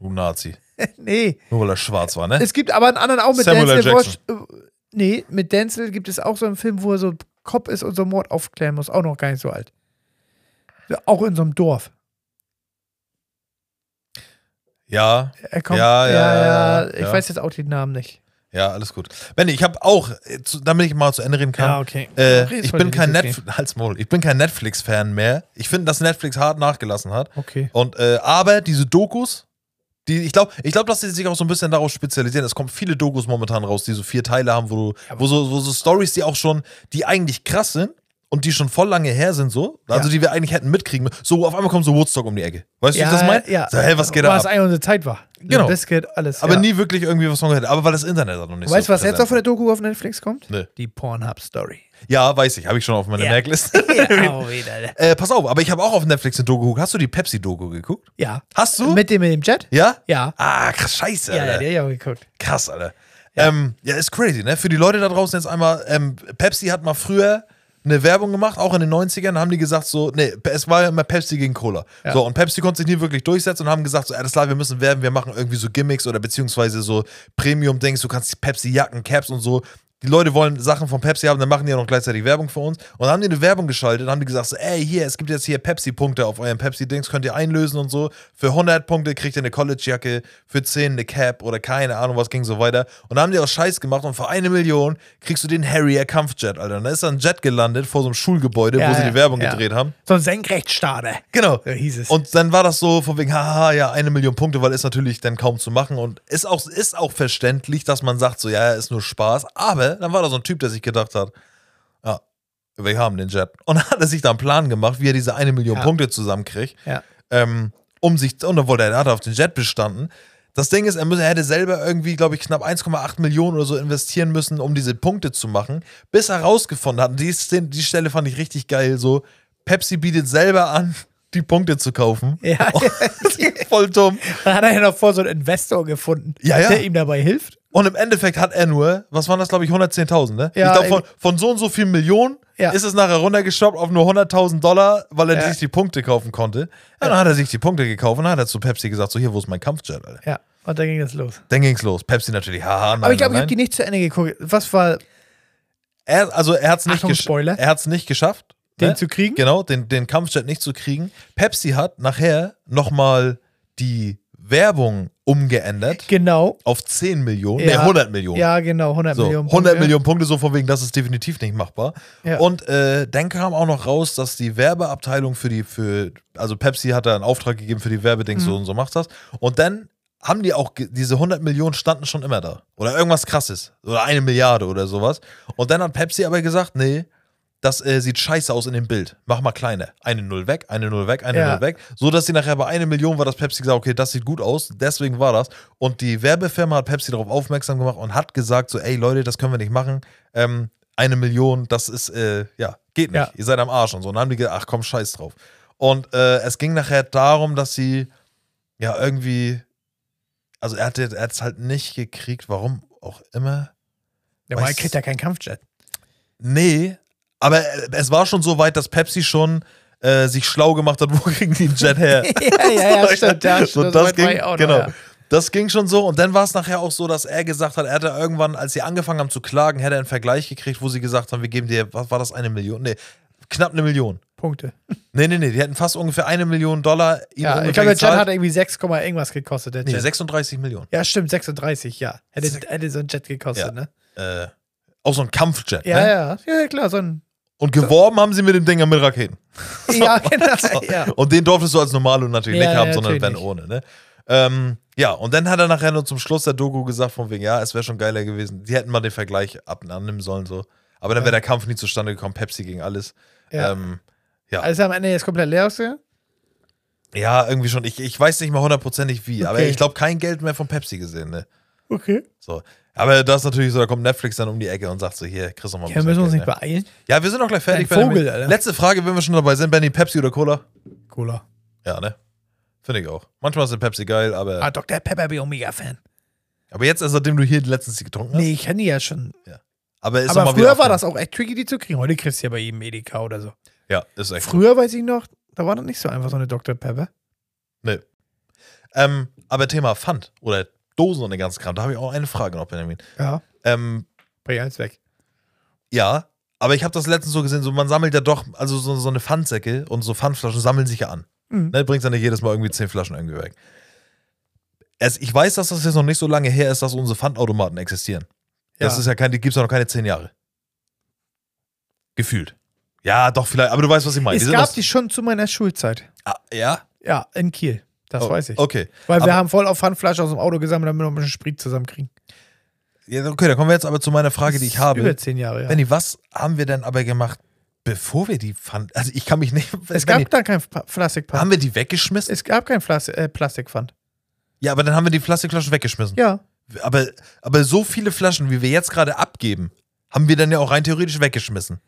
[SPEAKER 1] Du Nazi.
[SPEAKER 2] nee,
[SPEAKER 1] Nur weil er schwarz war, ne?
[SPEAKER 2] es gibt aber einen anderen auch mit
[SPEAKER 1] Samuel L.
[SPEAKER 2] Denzel
[SPEAKER 1] Jackson.
[SPEAKER 2] Washington. Nee, mit Denzel gibt es auch so einen Film, wo er so Cop ist und so einen Mord aufklären muss. Auch noch gar nicht so alt. Auch in so einem Dorf.
[SPEAKER 1] Ja,
[SPEAKER 2] Er kommt.
[SPEAKER 1] Ja, ja, ja,
[SPEAKER 2] Ich
[SPEAKER 1] ja.
[SPEAKER 2] weiß jetzt auch den Namen nicht.
[SPEAKER 1] ja, alles gut. Benny, ich habe auch, äh, zu- damit ich mal zu Ende reden kann,
[SPEAKER 2] okay.
[SPEAKER 1] Äh,
[SPEAKER 2] Redest
[SPEAKER 1] ich
[SPEAKER 2] von
[SPEAKER 1] bin
[SPEAKER 2] dir,
[SPEAKER 1] kein
[SPEAKER 2] ist okay.
[SPEAKER 1] Netflix, halt's Maul, ich bin kein Netflix-Fan mehr. Ich finde, dass Netflix hart nachgelassen hat.
[SPEAKER 2] Okay.
[SPEAKER 1] Und äh, aber diese Dokus, die ich glaube, ich glaube, dass sie sich auch so ein bisschen darauf spezialisieren. Es kommen viele Dokus momentan raus, die so vier Teile haben, wo du, wo so, wo so Stories, die auch schon, die eigentlich krass sind und die schon voll lange her sind, so, also
[SPEAKER 2] Ja.
[SPEAKER 1] die wir eigentlich hätten mitkriegen. müssen. So auf einmal kommt so Woodstock um die Ecke. Weißt du, wie ich das meine?
[SPEAKER 2] Ja.
[SPEAKER 1] So, hey, was geht da
[SPEAKER 2] Was
[SPEAKER 1] ab?
[SPEAKER 2] eigentlich unsere Zeit war.
[SPEAKER 1] Genau.
[SPEAKER 2] Das geht alles.
[SPEAKER 1] Aber
[SPEAKER 2] ja.
[SPEAKER 1] nie wirklich irgendwie was von gehört. Aber weil das Internet da noch nicht
[SPEAKER 2] Weißt
[SPEAKER 1] so
[SPEAKER 2] du, was jetzt
[SPEAKER 1] präsent
[SPEAKER 2] noch von der Doku auf Netflix kommt?
[SPEAKER 1] Nee.
[SPEAKER 2] Die Pornhub-Story.
[SPEAKER 1] ist. Ja, weiß ich. Habe ich schon auf meiner
[SPEAKER 2] Ja.
[SPEAKER 1] Merkliste.
[SPEAKER 2] ja, auch wieder.
[SPEAKER 1] Äh, pass auf, aber ich habe auch auf Netflix eine Doku geguckt. Hast du die Pepsi-Doku geguckt?
[SPEAKER 2] ja.
[SPEAKER 1] Hast du?
[SPEAKER 2] Mit dem, mit dem Jet?
[SPEAKER 1] ja?
[SPEAKER 2] Ja.
[SPEAKER 1] Ah, krass, scheiße,
[SPEAKER 2] Ja,
[SPEAKER 1] Alter.
[SPEAKER 2] ja, die hab ich auch geguckt.
[SPEAKER 1] Krass, Alter. Ja. Ähm, ja, ist crazy, ne? Für die Leute da draußen jetzt einmal, ähm, Pepsi hat mal früher eine Werbung gemacht, auch in den 90ern, haben die gesagt so, nee, es war ja immer Pepsi gegen Cola.
[SPEAKER 2] Ja.
[SPEAKER 1] So, und Pepsi konnte sich nie wirklich durchsetzen und haben gesagt so, alles klar, wir müssen werben, wir machen irgendwie so Gimmicks oder beziehungsweise so Premium-Dings, du kannst Pepsi-Jacken, Caps und so Die Leute wollen Sachen von Pepsi haben, dann machen die ja noch gleichzeitig Werbung für uns. Und dann haben die eine Werbung geschaltet und haben die gesagt, so, ey, hier, es gibt jetzt hier Pepsi-Punkte auf euren Pepsi-Dings, könnt ihr einlösen und so. Für 100 Punkte kriegt ihr eine College-Jacke, für 10 eine Cap oder keine Ahnung, was ging so weiter. Und dann haben die auch Scheiß gemacht und für eine Million kriegst du den Harrier Kampfjet, Alter. Und da ist dann ein Jet gelandet vor so einem Schulgebäude,
[SPEAKER 2] Ja,
[SPEAKER 1] wo sie
[SPEAKER 2] ja,
[SPEAKER 1] die Werbung
[SPEAKER 2] ja.
[SPEAKER 1] gedreht haben.
[SPEAKER 2] So ein Senkrechtstarter.
[SPEAKER 1] Genau.
[SPEAKER 2] So hieß es.
[SPEAKER 1] Und dann war das so von wegen, haha, ja, eine Million Punkte, weil ist natürlich dann kaum zu machen und ist auch, ist auch verständlich, dass man sagt, so, ja, ja, ist nur Spaß. Aber dann war da so ein Typ, der sich gedacht hat, ja, wir haben den Jet. Und dann hat er sich da einen Plan gemacht, wie er diese eine Million
[SPEAKER 2] Ja.
[SPEAKER 1] Punkte zusammenkriegt,
[SPEAKER 2] Ja.
[SPEAKER 1] ähm, um sich, und dann wollte er, er hat auf den Jet bestanden. Das Ding ist, er, müsse, er hätte selber irgendwie, glaube ich, knapp 1,8 Millionen oder so investieren müssen, um diese Punkte zu machen, bis er rausgefunden hat. Und die, Szene- die Stelle fand ich richtig geil. So, Pepsi bietet selber an, die Punkte zu kaufen.
[SPEAKER 2] Ja.
[SPEAKER 1] Voll dumm.
[SPEAKER 2] Dann hat er ja noch vor so einen Investor gefunden,
[SPEAKER 1] Ja, ja.
[SPEAKER 2] der ihm dabei hilft.
[SPEAKER 1] Und im Endeffekt hat er nur, was waren das, glaube ich, 110.000, ne?
[SPEAKER 2] Ja,
[SPEAKER 1] ich glaube, von, von so und so viel Millionen
[SPEAKER 2] Ja.
[SPEAKER 1] ist es nachher runtergeschraubt auf nur 100.000 Dollar, weil er
[SPEAKER 2] Ja.
[SPEAKER 1] sich die Punkte kaufen konnte. Ja, dann hat er sich die Punkte gekauft und dann hat er zu Pepsi gesagt, so, hier, wo ist mein Kampfjet, Alter?
[SPEAKER 2] Ja, und da ging das los.
[SPEAKER 1] Dann ging's los. Pepsi natürlich, haha, nein,
[SPEAKER 2] Aber ich glaube, ich
[SPEAKER 1] nein.
[SPEAKER 2] habe die nicht zu Ende geguckt. Was war
[SPEAKER 1] er, also er hat's nicht
[SPEAKER 2] Achtung,
[SPEAKER 1] gesch-
[SPEAKER 2] Spoiler.
[SPEAKER 1] Er hat's nicht geschafft.
[SPEAKER 2] den
[SPEAKER 1] ne?
[SPEAKER 2] zu kriegen?
[SPEAKER 1] Genau, den, den Kampfjet nicht zu kriegen. Pepsi hat nachher nochmal die Werbung umgeändert
[SPEAKER 2] Genau.
[SPEAKER 1] auf 10 Millionen,
[SPEAKER 2] Ja.
[SPEAKER 1] ne, 100 Millionen.
[SPEAKER 2] Ja, genau, 100
[SPEAKER 1] So,
[SPEAKER 2] Millionen.
[SPEAKER 1] 100
[SPEAKER 2] Punkte.
[SPEAKER 1] Millionen Punkte, so von wegen, das ist definitiv nicht machbar.
[SPEAKER 2] Ja.
[SPEAKER 1] Und äh, dann kam auch noch raus, dass die Werbeabteilung für die, für, also Pepsi hat da einen Auftrag gegeben für die
[SPEAKER 2] Mhm.
[SPEAKER 1] Werbedings, so und so macht das. Und dann haben die auch, ge- diese 100 Millionen standen schon immer da. Oder irgendwas krasses. Oder eine Milliarde oder sowas. Und dann hat Pepsi aber gesagt, nee, das äh, sieht scheiße aus in dem Bild. Mach mal kleine. Eine Null weg, eine Null weg, eine
[SPEAKER 2] Ja.
[SPEAKER 1] Null weg. So dass sie nachher bei einer Million war, dass Pepsi gesagt, okay, das sieht gut aus, deswegen war das. Und die Werbefirma hat Pepsi darauf aufmerksam gemacht und hat gesagt: so, ey Leute, das können wir nicht machen. Ähm, eine Million, das ist, äh, ja, geht nicht.
[SPEAKER 2] Ja.
[SPEAKER 1] Ihr seid am Arsch und so. Und dann haben die gesagt, ach komm, scheiß drauf. Und äh, es ging nachher darum, dass sie ja irgendwie, also er hat es halt nicht gekriegt, warum auch immer.
[SPEAKER 2] Der Mike
[SPEAKER 1] Weiß-
[SPEAKER 2] kriegt ja keinen Kampfjet.
[SPEAKER 1] Nee, aber äh, es war schon so weit, dass Pepsi schon äh, sich schlau gemacht hat, wo kriegen die einen Jet her?
[SPEAKER 2] ja, ja, ja, stimmt. Ja,
[SPEAKER 1] so,
[SPEAKER 2] stimmt,
[SPEAKER 1] das
[SPEAKER 2] soweit
[SPEAKER 1] ging,
[SPEAKER 2] war ich auch noch,
[SPEAKER 1] genau.
[SPEAKER 2] ja.
[SPEAKER 1] Das ging schon so und dann war es nachher auch so, dass er gesagt hat, er hätte irgendwann, als sie angefangen haben zu klagen, hätte er einen Vergleich gekriegt, wo sie gesagt haben, wir geben dir, was war das, eine Million? Nee, knapp eine Million.
[SPEAKER 2] Punkte.
[SPEAKER 1] Nee, nee, nee, die hätten fast ungefähr eine Million Dollar. ihm
[SPEAKER 2] Ja,
[SPEAKER 1] ungefähr
[SPEAKER 2] ich glaube, der Jet
[SPEAKER 1] gezahlt.
[SPEAKER 2] hat irgendwie 6, Komma irgendwas gekostet. Der
[SPEAKER 1] Nee,
[SPEAKER 2] Jet.
[SPEAKER 1] 36 Millionen.
[SPEAKER 2] ja, stimmt, 36, ja. Hätte, hätte so ein Jet gekostet,
[SPEAKER 1] Ja.
[SPEAKER 2] ne?
[SPEAKER 1] Äh, auch so ein Kampfjet,
[SPEAKER 2] Ja,
[SPEAKER 1] ne?
[SPEAKER 2] ja, ja, klar, so ein.
[SPEAKER 1] Und geworben haben sie mit dem Ding mit Raketen.
[SPEAKER 2] Ja, genau. Ja.
[SPEAKER 1] Und den durftest du als Normalo natürlich
[SPEAKER 2] Ja,
[SPEAKER 1] nicht
[SPEAKER 2] ja,
[SPEAKER 1] haben, sondern wenn
[SPEAKER 2] natürlich.
[SPEAKER 1] ohne, ne? Ähm, ja, und dann hat er nachher nur zum Schluss der Doku gesagt, von wegen, ja, es wäre schon geiler gewesen. Die hätten mal den Vergleich ab annehmen sollen, so. Aber dann wäre der Kampf nie zustande gekommen, Pepsi gegen alles.
[SPEAKER 2] Ja.
[SPEAKER 1] Ähm,
[SPEAKER 2] Also am Ende jetzt komplett leer ausgegangen?
[SPEAKER 1] ja, irgendwie schon. Ich, ich weiß nicht mal hundertprozentig wie, aber
[SPEAKER 2] Okay.
[SPEAKER 1] ich glaube, kein Geld mehr von Pepsi gesehen, ne?
[SPEAKER 2] Okay.
[SPEAKER 1] So. Aber das ist natürlich so, da kommt Netflix dann um die Ecke und sagt so, hier, kriegst du mal ein
[SPEAKER 2] Ja, wir müssen uns
[SPEAKER 1] Geld,
[SPEAKER 2] nicht
[SPEAKER 1] ne?
[SPEAKER 2] beeilen.
[SPEAKER 1] Ja, wir sind auch gleich fertig.
[SPEAKER 2] Ein Vogel,
[SPEAKER 1] Benjamin.
[SPEAKER 2] Alter.
[SPEAKER 1] Letzte Frage, wenn wir schon dabei sind, Benny, Pepsi oder Cola?
[SPEAKER 2] Cola.
[SPEAKER 1] Ja, ne? Finde ich auch. Manchmal ist eine Pepsi geil, aber.
[SPEAKER 2] Ah, Dr. Pepper bin ich auch mega Fan.
[SPEAKER 1] Aber jetzt, erst, seitdem du hier letztens die getrunken hast.
[SPEAKER 2] Nee, ich kenne die ja schon.
[SPEAKER 1] Aber, ist doch
[SPEAKER 2] Aber
[SPEAKER 1] mal wieder
[SPEAKER 2] früher war das
[SPEAKER 1] aufgekommen.
[SPEAKER 2] auch echt tricky, die zu kriegen. Heute kriegst du ja bei jedem Edeka oder so.
[SPEAKER 1] Ja, ist echt.
[SPEAKER 2] Früher weiß ich noch, da war das nicht so einfach so eine Dr. Pepper.
[SPEAKER 1] Nee. Ähm, aber Thema Pfand oder Dosen und den ganzen Kram, da habe ich auch eine Frage noch, Benjamin.
[SPEAKER 2] Ja.
[SPEAKER 1] Ähm,
[SPEAKER 2] Bring alles weg.
[SPEAKER 1] ja, aber ich habe das letztens so gesehen, so man sammelt ja doch, also so, so eine Pfandsäcke und so Pfandflaschen sammeln sich ja an.
[SPEAKER 2] Mhm.
[SPEAKER 1] Ne, bringst dann nicht jedes Mal irgendwie zehn Flaschen irgendwie weg. Es, ich weiß, dass das jetzt noch nicht so lange her ist, dass unsere Pfandautomaten existieren. Das ist ja kein, die gibt es ja noch keine zehn Jahre. Gefühlt. Ja, doch, vielleicht, aber du weißt, was ich meine.
[SPEAKER 2] es
[SPEAKER 1] sind
[SPEAKER 2] gab
[SPEAKER 1] noch-
[SPEAKER 2] die schon zu meiner Schulzeit.
[SPEAKER 1] ah, ja?
[SPEAKER 2] Ja, in Kiel. Das weiß ich.
[SPEAKER 1] Oh, Okay.
[SPEAKER 2] Weil
[SPEAKER 1] aber-
[SPEAKER 2] wir haben voll auf Handflasche aus dem Auto gesammelt, damit wir noch ein bisschen Sprit zusammenkriegen.
[SPEAKER 1] Ja, okay, da kommen wir jetzt aber zu meiner Frage, die ich habe.
[SPEAKER 2] Über zehn Jahre, ja.
[SPEAKER 1] Benni, was haben wir denn aber gemacht, bevor wir die Pfand. Also ich kann mich nicht.
[SPEAKER 2] es
[SPEAKER 1] Benni,
[SPEAKER 2] gab da kein Pa- Plastikpfand.
[SPEAKER 1] haben wir die weggeschmissen?
[SPEAKER 2] Es gab kein Plas äh, Plastikpfand.
[SPEAKER 1] Ja, aber dann haben wir die Plastikflaschen weggeschmissen.
[SPEAKER 2] Ja.
[SPEAKER 1] Aber, aber so viele Flaschen, wie wir jetzt gerade abgeben, haben wir dann ja auch rein theoretisch weggeschmissen.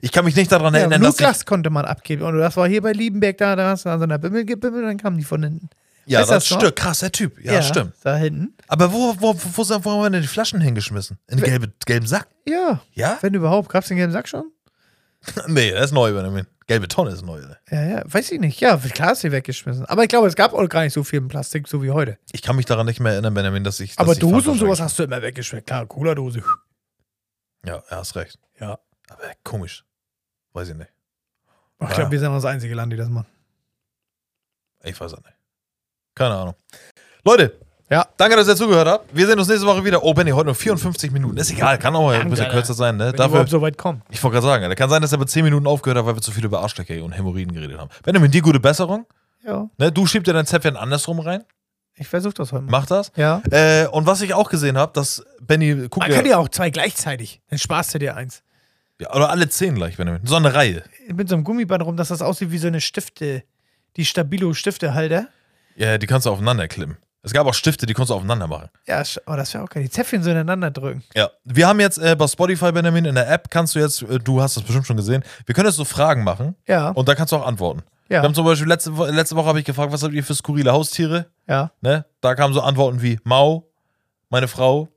[SPEAKER 1] Ich kann mich nicht daran
[SPEAKER 2] ja
[SPEAKER 1] erinnern, dass ich,
[SPEAKER 2] Glas konnte man abgeben. Und das war hier bei Liebenberg, da, da hast du an so einer Bimmel gebimmelt und dann kamen die von hinten.
[SPEAKER 1] Ja,
[SPEAKER 2] Weißt
[SPEAKER 1] das
[SPEAKER 2] du das noch?
[SPEAKER 1] stimmt. Krasser Typ. Ja, stimmt.
[SPEAKER 2] Da hinten.
[SPEAKER 1] Aber wo, wo, wo, wo, wo haben wir denn die Flaschen hingeschmissen? In den gelbe, gelben Sack?
[SPEAKER 2] Ja.
[SPEAKER 1] Ja?
[SPEAKER 2] Wenn überhaupt. Gab es den gelben Sack schon?
[SPEAKER 1] nee, das ist neu, Benjamin. Gelbe Tonne ist neu.
[SPEAKER 2] Ja, ja. Weiß ich nicht. Ja, klar ist sie weggeschmissen. Aber ich glaube, es gab auch gar nicht so viel Plastik, so wie heute.
[SPEAKER 1] Ich kann mich daran nicht mehr erinnern, Benjamin, dass ich. dass
[SPEAKER 2] Aber
[SPEAKER 1] ich
[SPEAKER 2] Dosen und
[SPEAKER 1] Pfandflaschen
[SPEAKER 2] sowas hast du immer weggeschmeckt. Klar, Cola-Dose.
[SPEAKER 1] Ja, er hast recht.
[SPEAKER 2] Ja.
[SPEAKER 1] Aber komisch. Weiß ich nicht.
[SPEAKER 2] Ich
[SPEAKER 1] Ja.
[SPEAKER 2] glaube, wir sind auch das einzige Land, die das machen.
[SPEAKER 1] Ich weiß es nicht. Keine Ahnung. Leute,
[SPEAKER 2] Ja.
[SPEAKER 1] danke, dass ihr zugehört habt. Wir sehen uns nächste Woche wieder. Oh, Benny, heute nur 54 Minuten. Ist egal, kann auch mal ein
[SPEAKER 2] Danke,
[SPEAKER 1] bisschen
[SPEAKER 2] Alter.
[SPEAKER 1] kürzer sein, ne?
[SPEAKER 2] Wenn die
[SPEAKER 1] Dafür,
[SPEAKER 2] überhaupt so weit kommen.
[SPEAKER 1] ich wollte gerade sagen, Alter, kann sein, dass er bei 10 Minuten aufgehört hat, weil wir zu viel über Arschlöcher und Hämorrhoiden geredet haben. Benjamin, dir gute Besserung.
[SPEAKER 2] Ja.
[SPEAKER 1] Ne? Du schiebst dir dein Zäpfchen andersrum rein.
[SPEAKER 2] Ich versuche das heute mal.
[SPEAKER 1] Mach das.
[SPEAKER 2] Ja.
[SPEAKER 1] Äh, und was ich auch gesehen habe, dass Benny, guck
[SPEAKER 2] Man kann
[SPEAKER 1] ja,
[SPEAKER 2] ja auch zwei gleichzeitig. Dann sparst du dir eins.
[SPEAKER 1] ja, oder alle 10 gleich, Benjamin. So eine Reihe.
[SPEAKER 2] Mit so einem Gummiband rum, dass das aussieht wie so eine Stifte. Die Stabilo-Stiftehalter.
[SPEAKER 1] Ja, die kannst du aufeinander klippen. Es gab auch Stifte, die konntest du aufeinander machen.
[SPEAKER 2] Ja, sch- oh, das wäre auch geil. Die Zäpfchen so ineinander drücken.
[SPEAKER 1] Ja, wir haben jetzt äh, bei Spotify, Benjamin, in der App kannst du jetzt, äh, du hast das bestimmt schon gesehen, wir können jetzt so Fragen machen
[SPEAKER 2] Ja.
[SPEAKER 1] und da kannst du auch antworten.
[SPEAKER 2] Ja.
[SPEAKER 1] Wir haben zum Beispiel letzte, Wo- letzte Woche habe ich gefragt, was habt ihr für skurrile Haustiere?
[SPEAKER 2] ja.
[SPEAKER 1] Ne? Da kamen so Antworten wie Mau, meine Frau,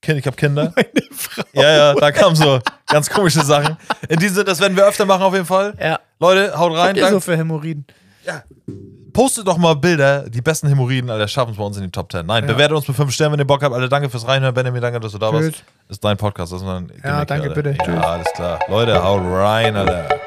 [SPEAKER 1] kind, ich habe Kinder.
[SPEAKER 2] Meine Frau.
[SPEAKER 1] Ja, ja, da kamen so ganz komische Sachen. In diesem Sinne, das werden wir öfter machen auf jeden Fall.
[SPEAKER 2] Ja.
[SPEAKER 1] Leute, haut rein.
[SPEAKER 2] Habt ihr
[SPEAKER 1] Dank,
[SPEAKER 2] so für Hämorrhoiden.
[SPEAKER 1] postet doch mal Bilder, die besten Hämorrhoiden, Alter, schaffen es bei uns in die Top 10. Nein,
[SPEAKER 2] Ja.
[SPEAKER 1] bewertet uns mit 5 Sternen, wenn ihr Bock habt. Alter, danke fürs Reinhören. Benjamin, danke, dass du da
[SPEAKER 2] Tschüss.
[SPEAKER 1] warst. Ist dein Podcast. Das ist mein Gimmick,
[SPEAKER 2] danke,
[SPEAKER 1] Alter.
[SPEAKER 2] bitte.
[SPEAKER 1] Ja,
[SPEAKER 2] Tschüss.
[SPEAKER 1] alles klar. Leute, haut rein, Alter.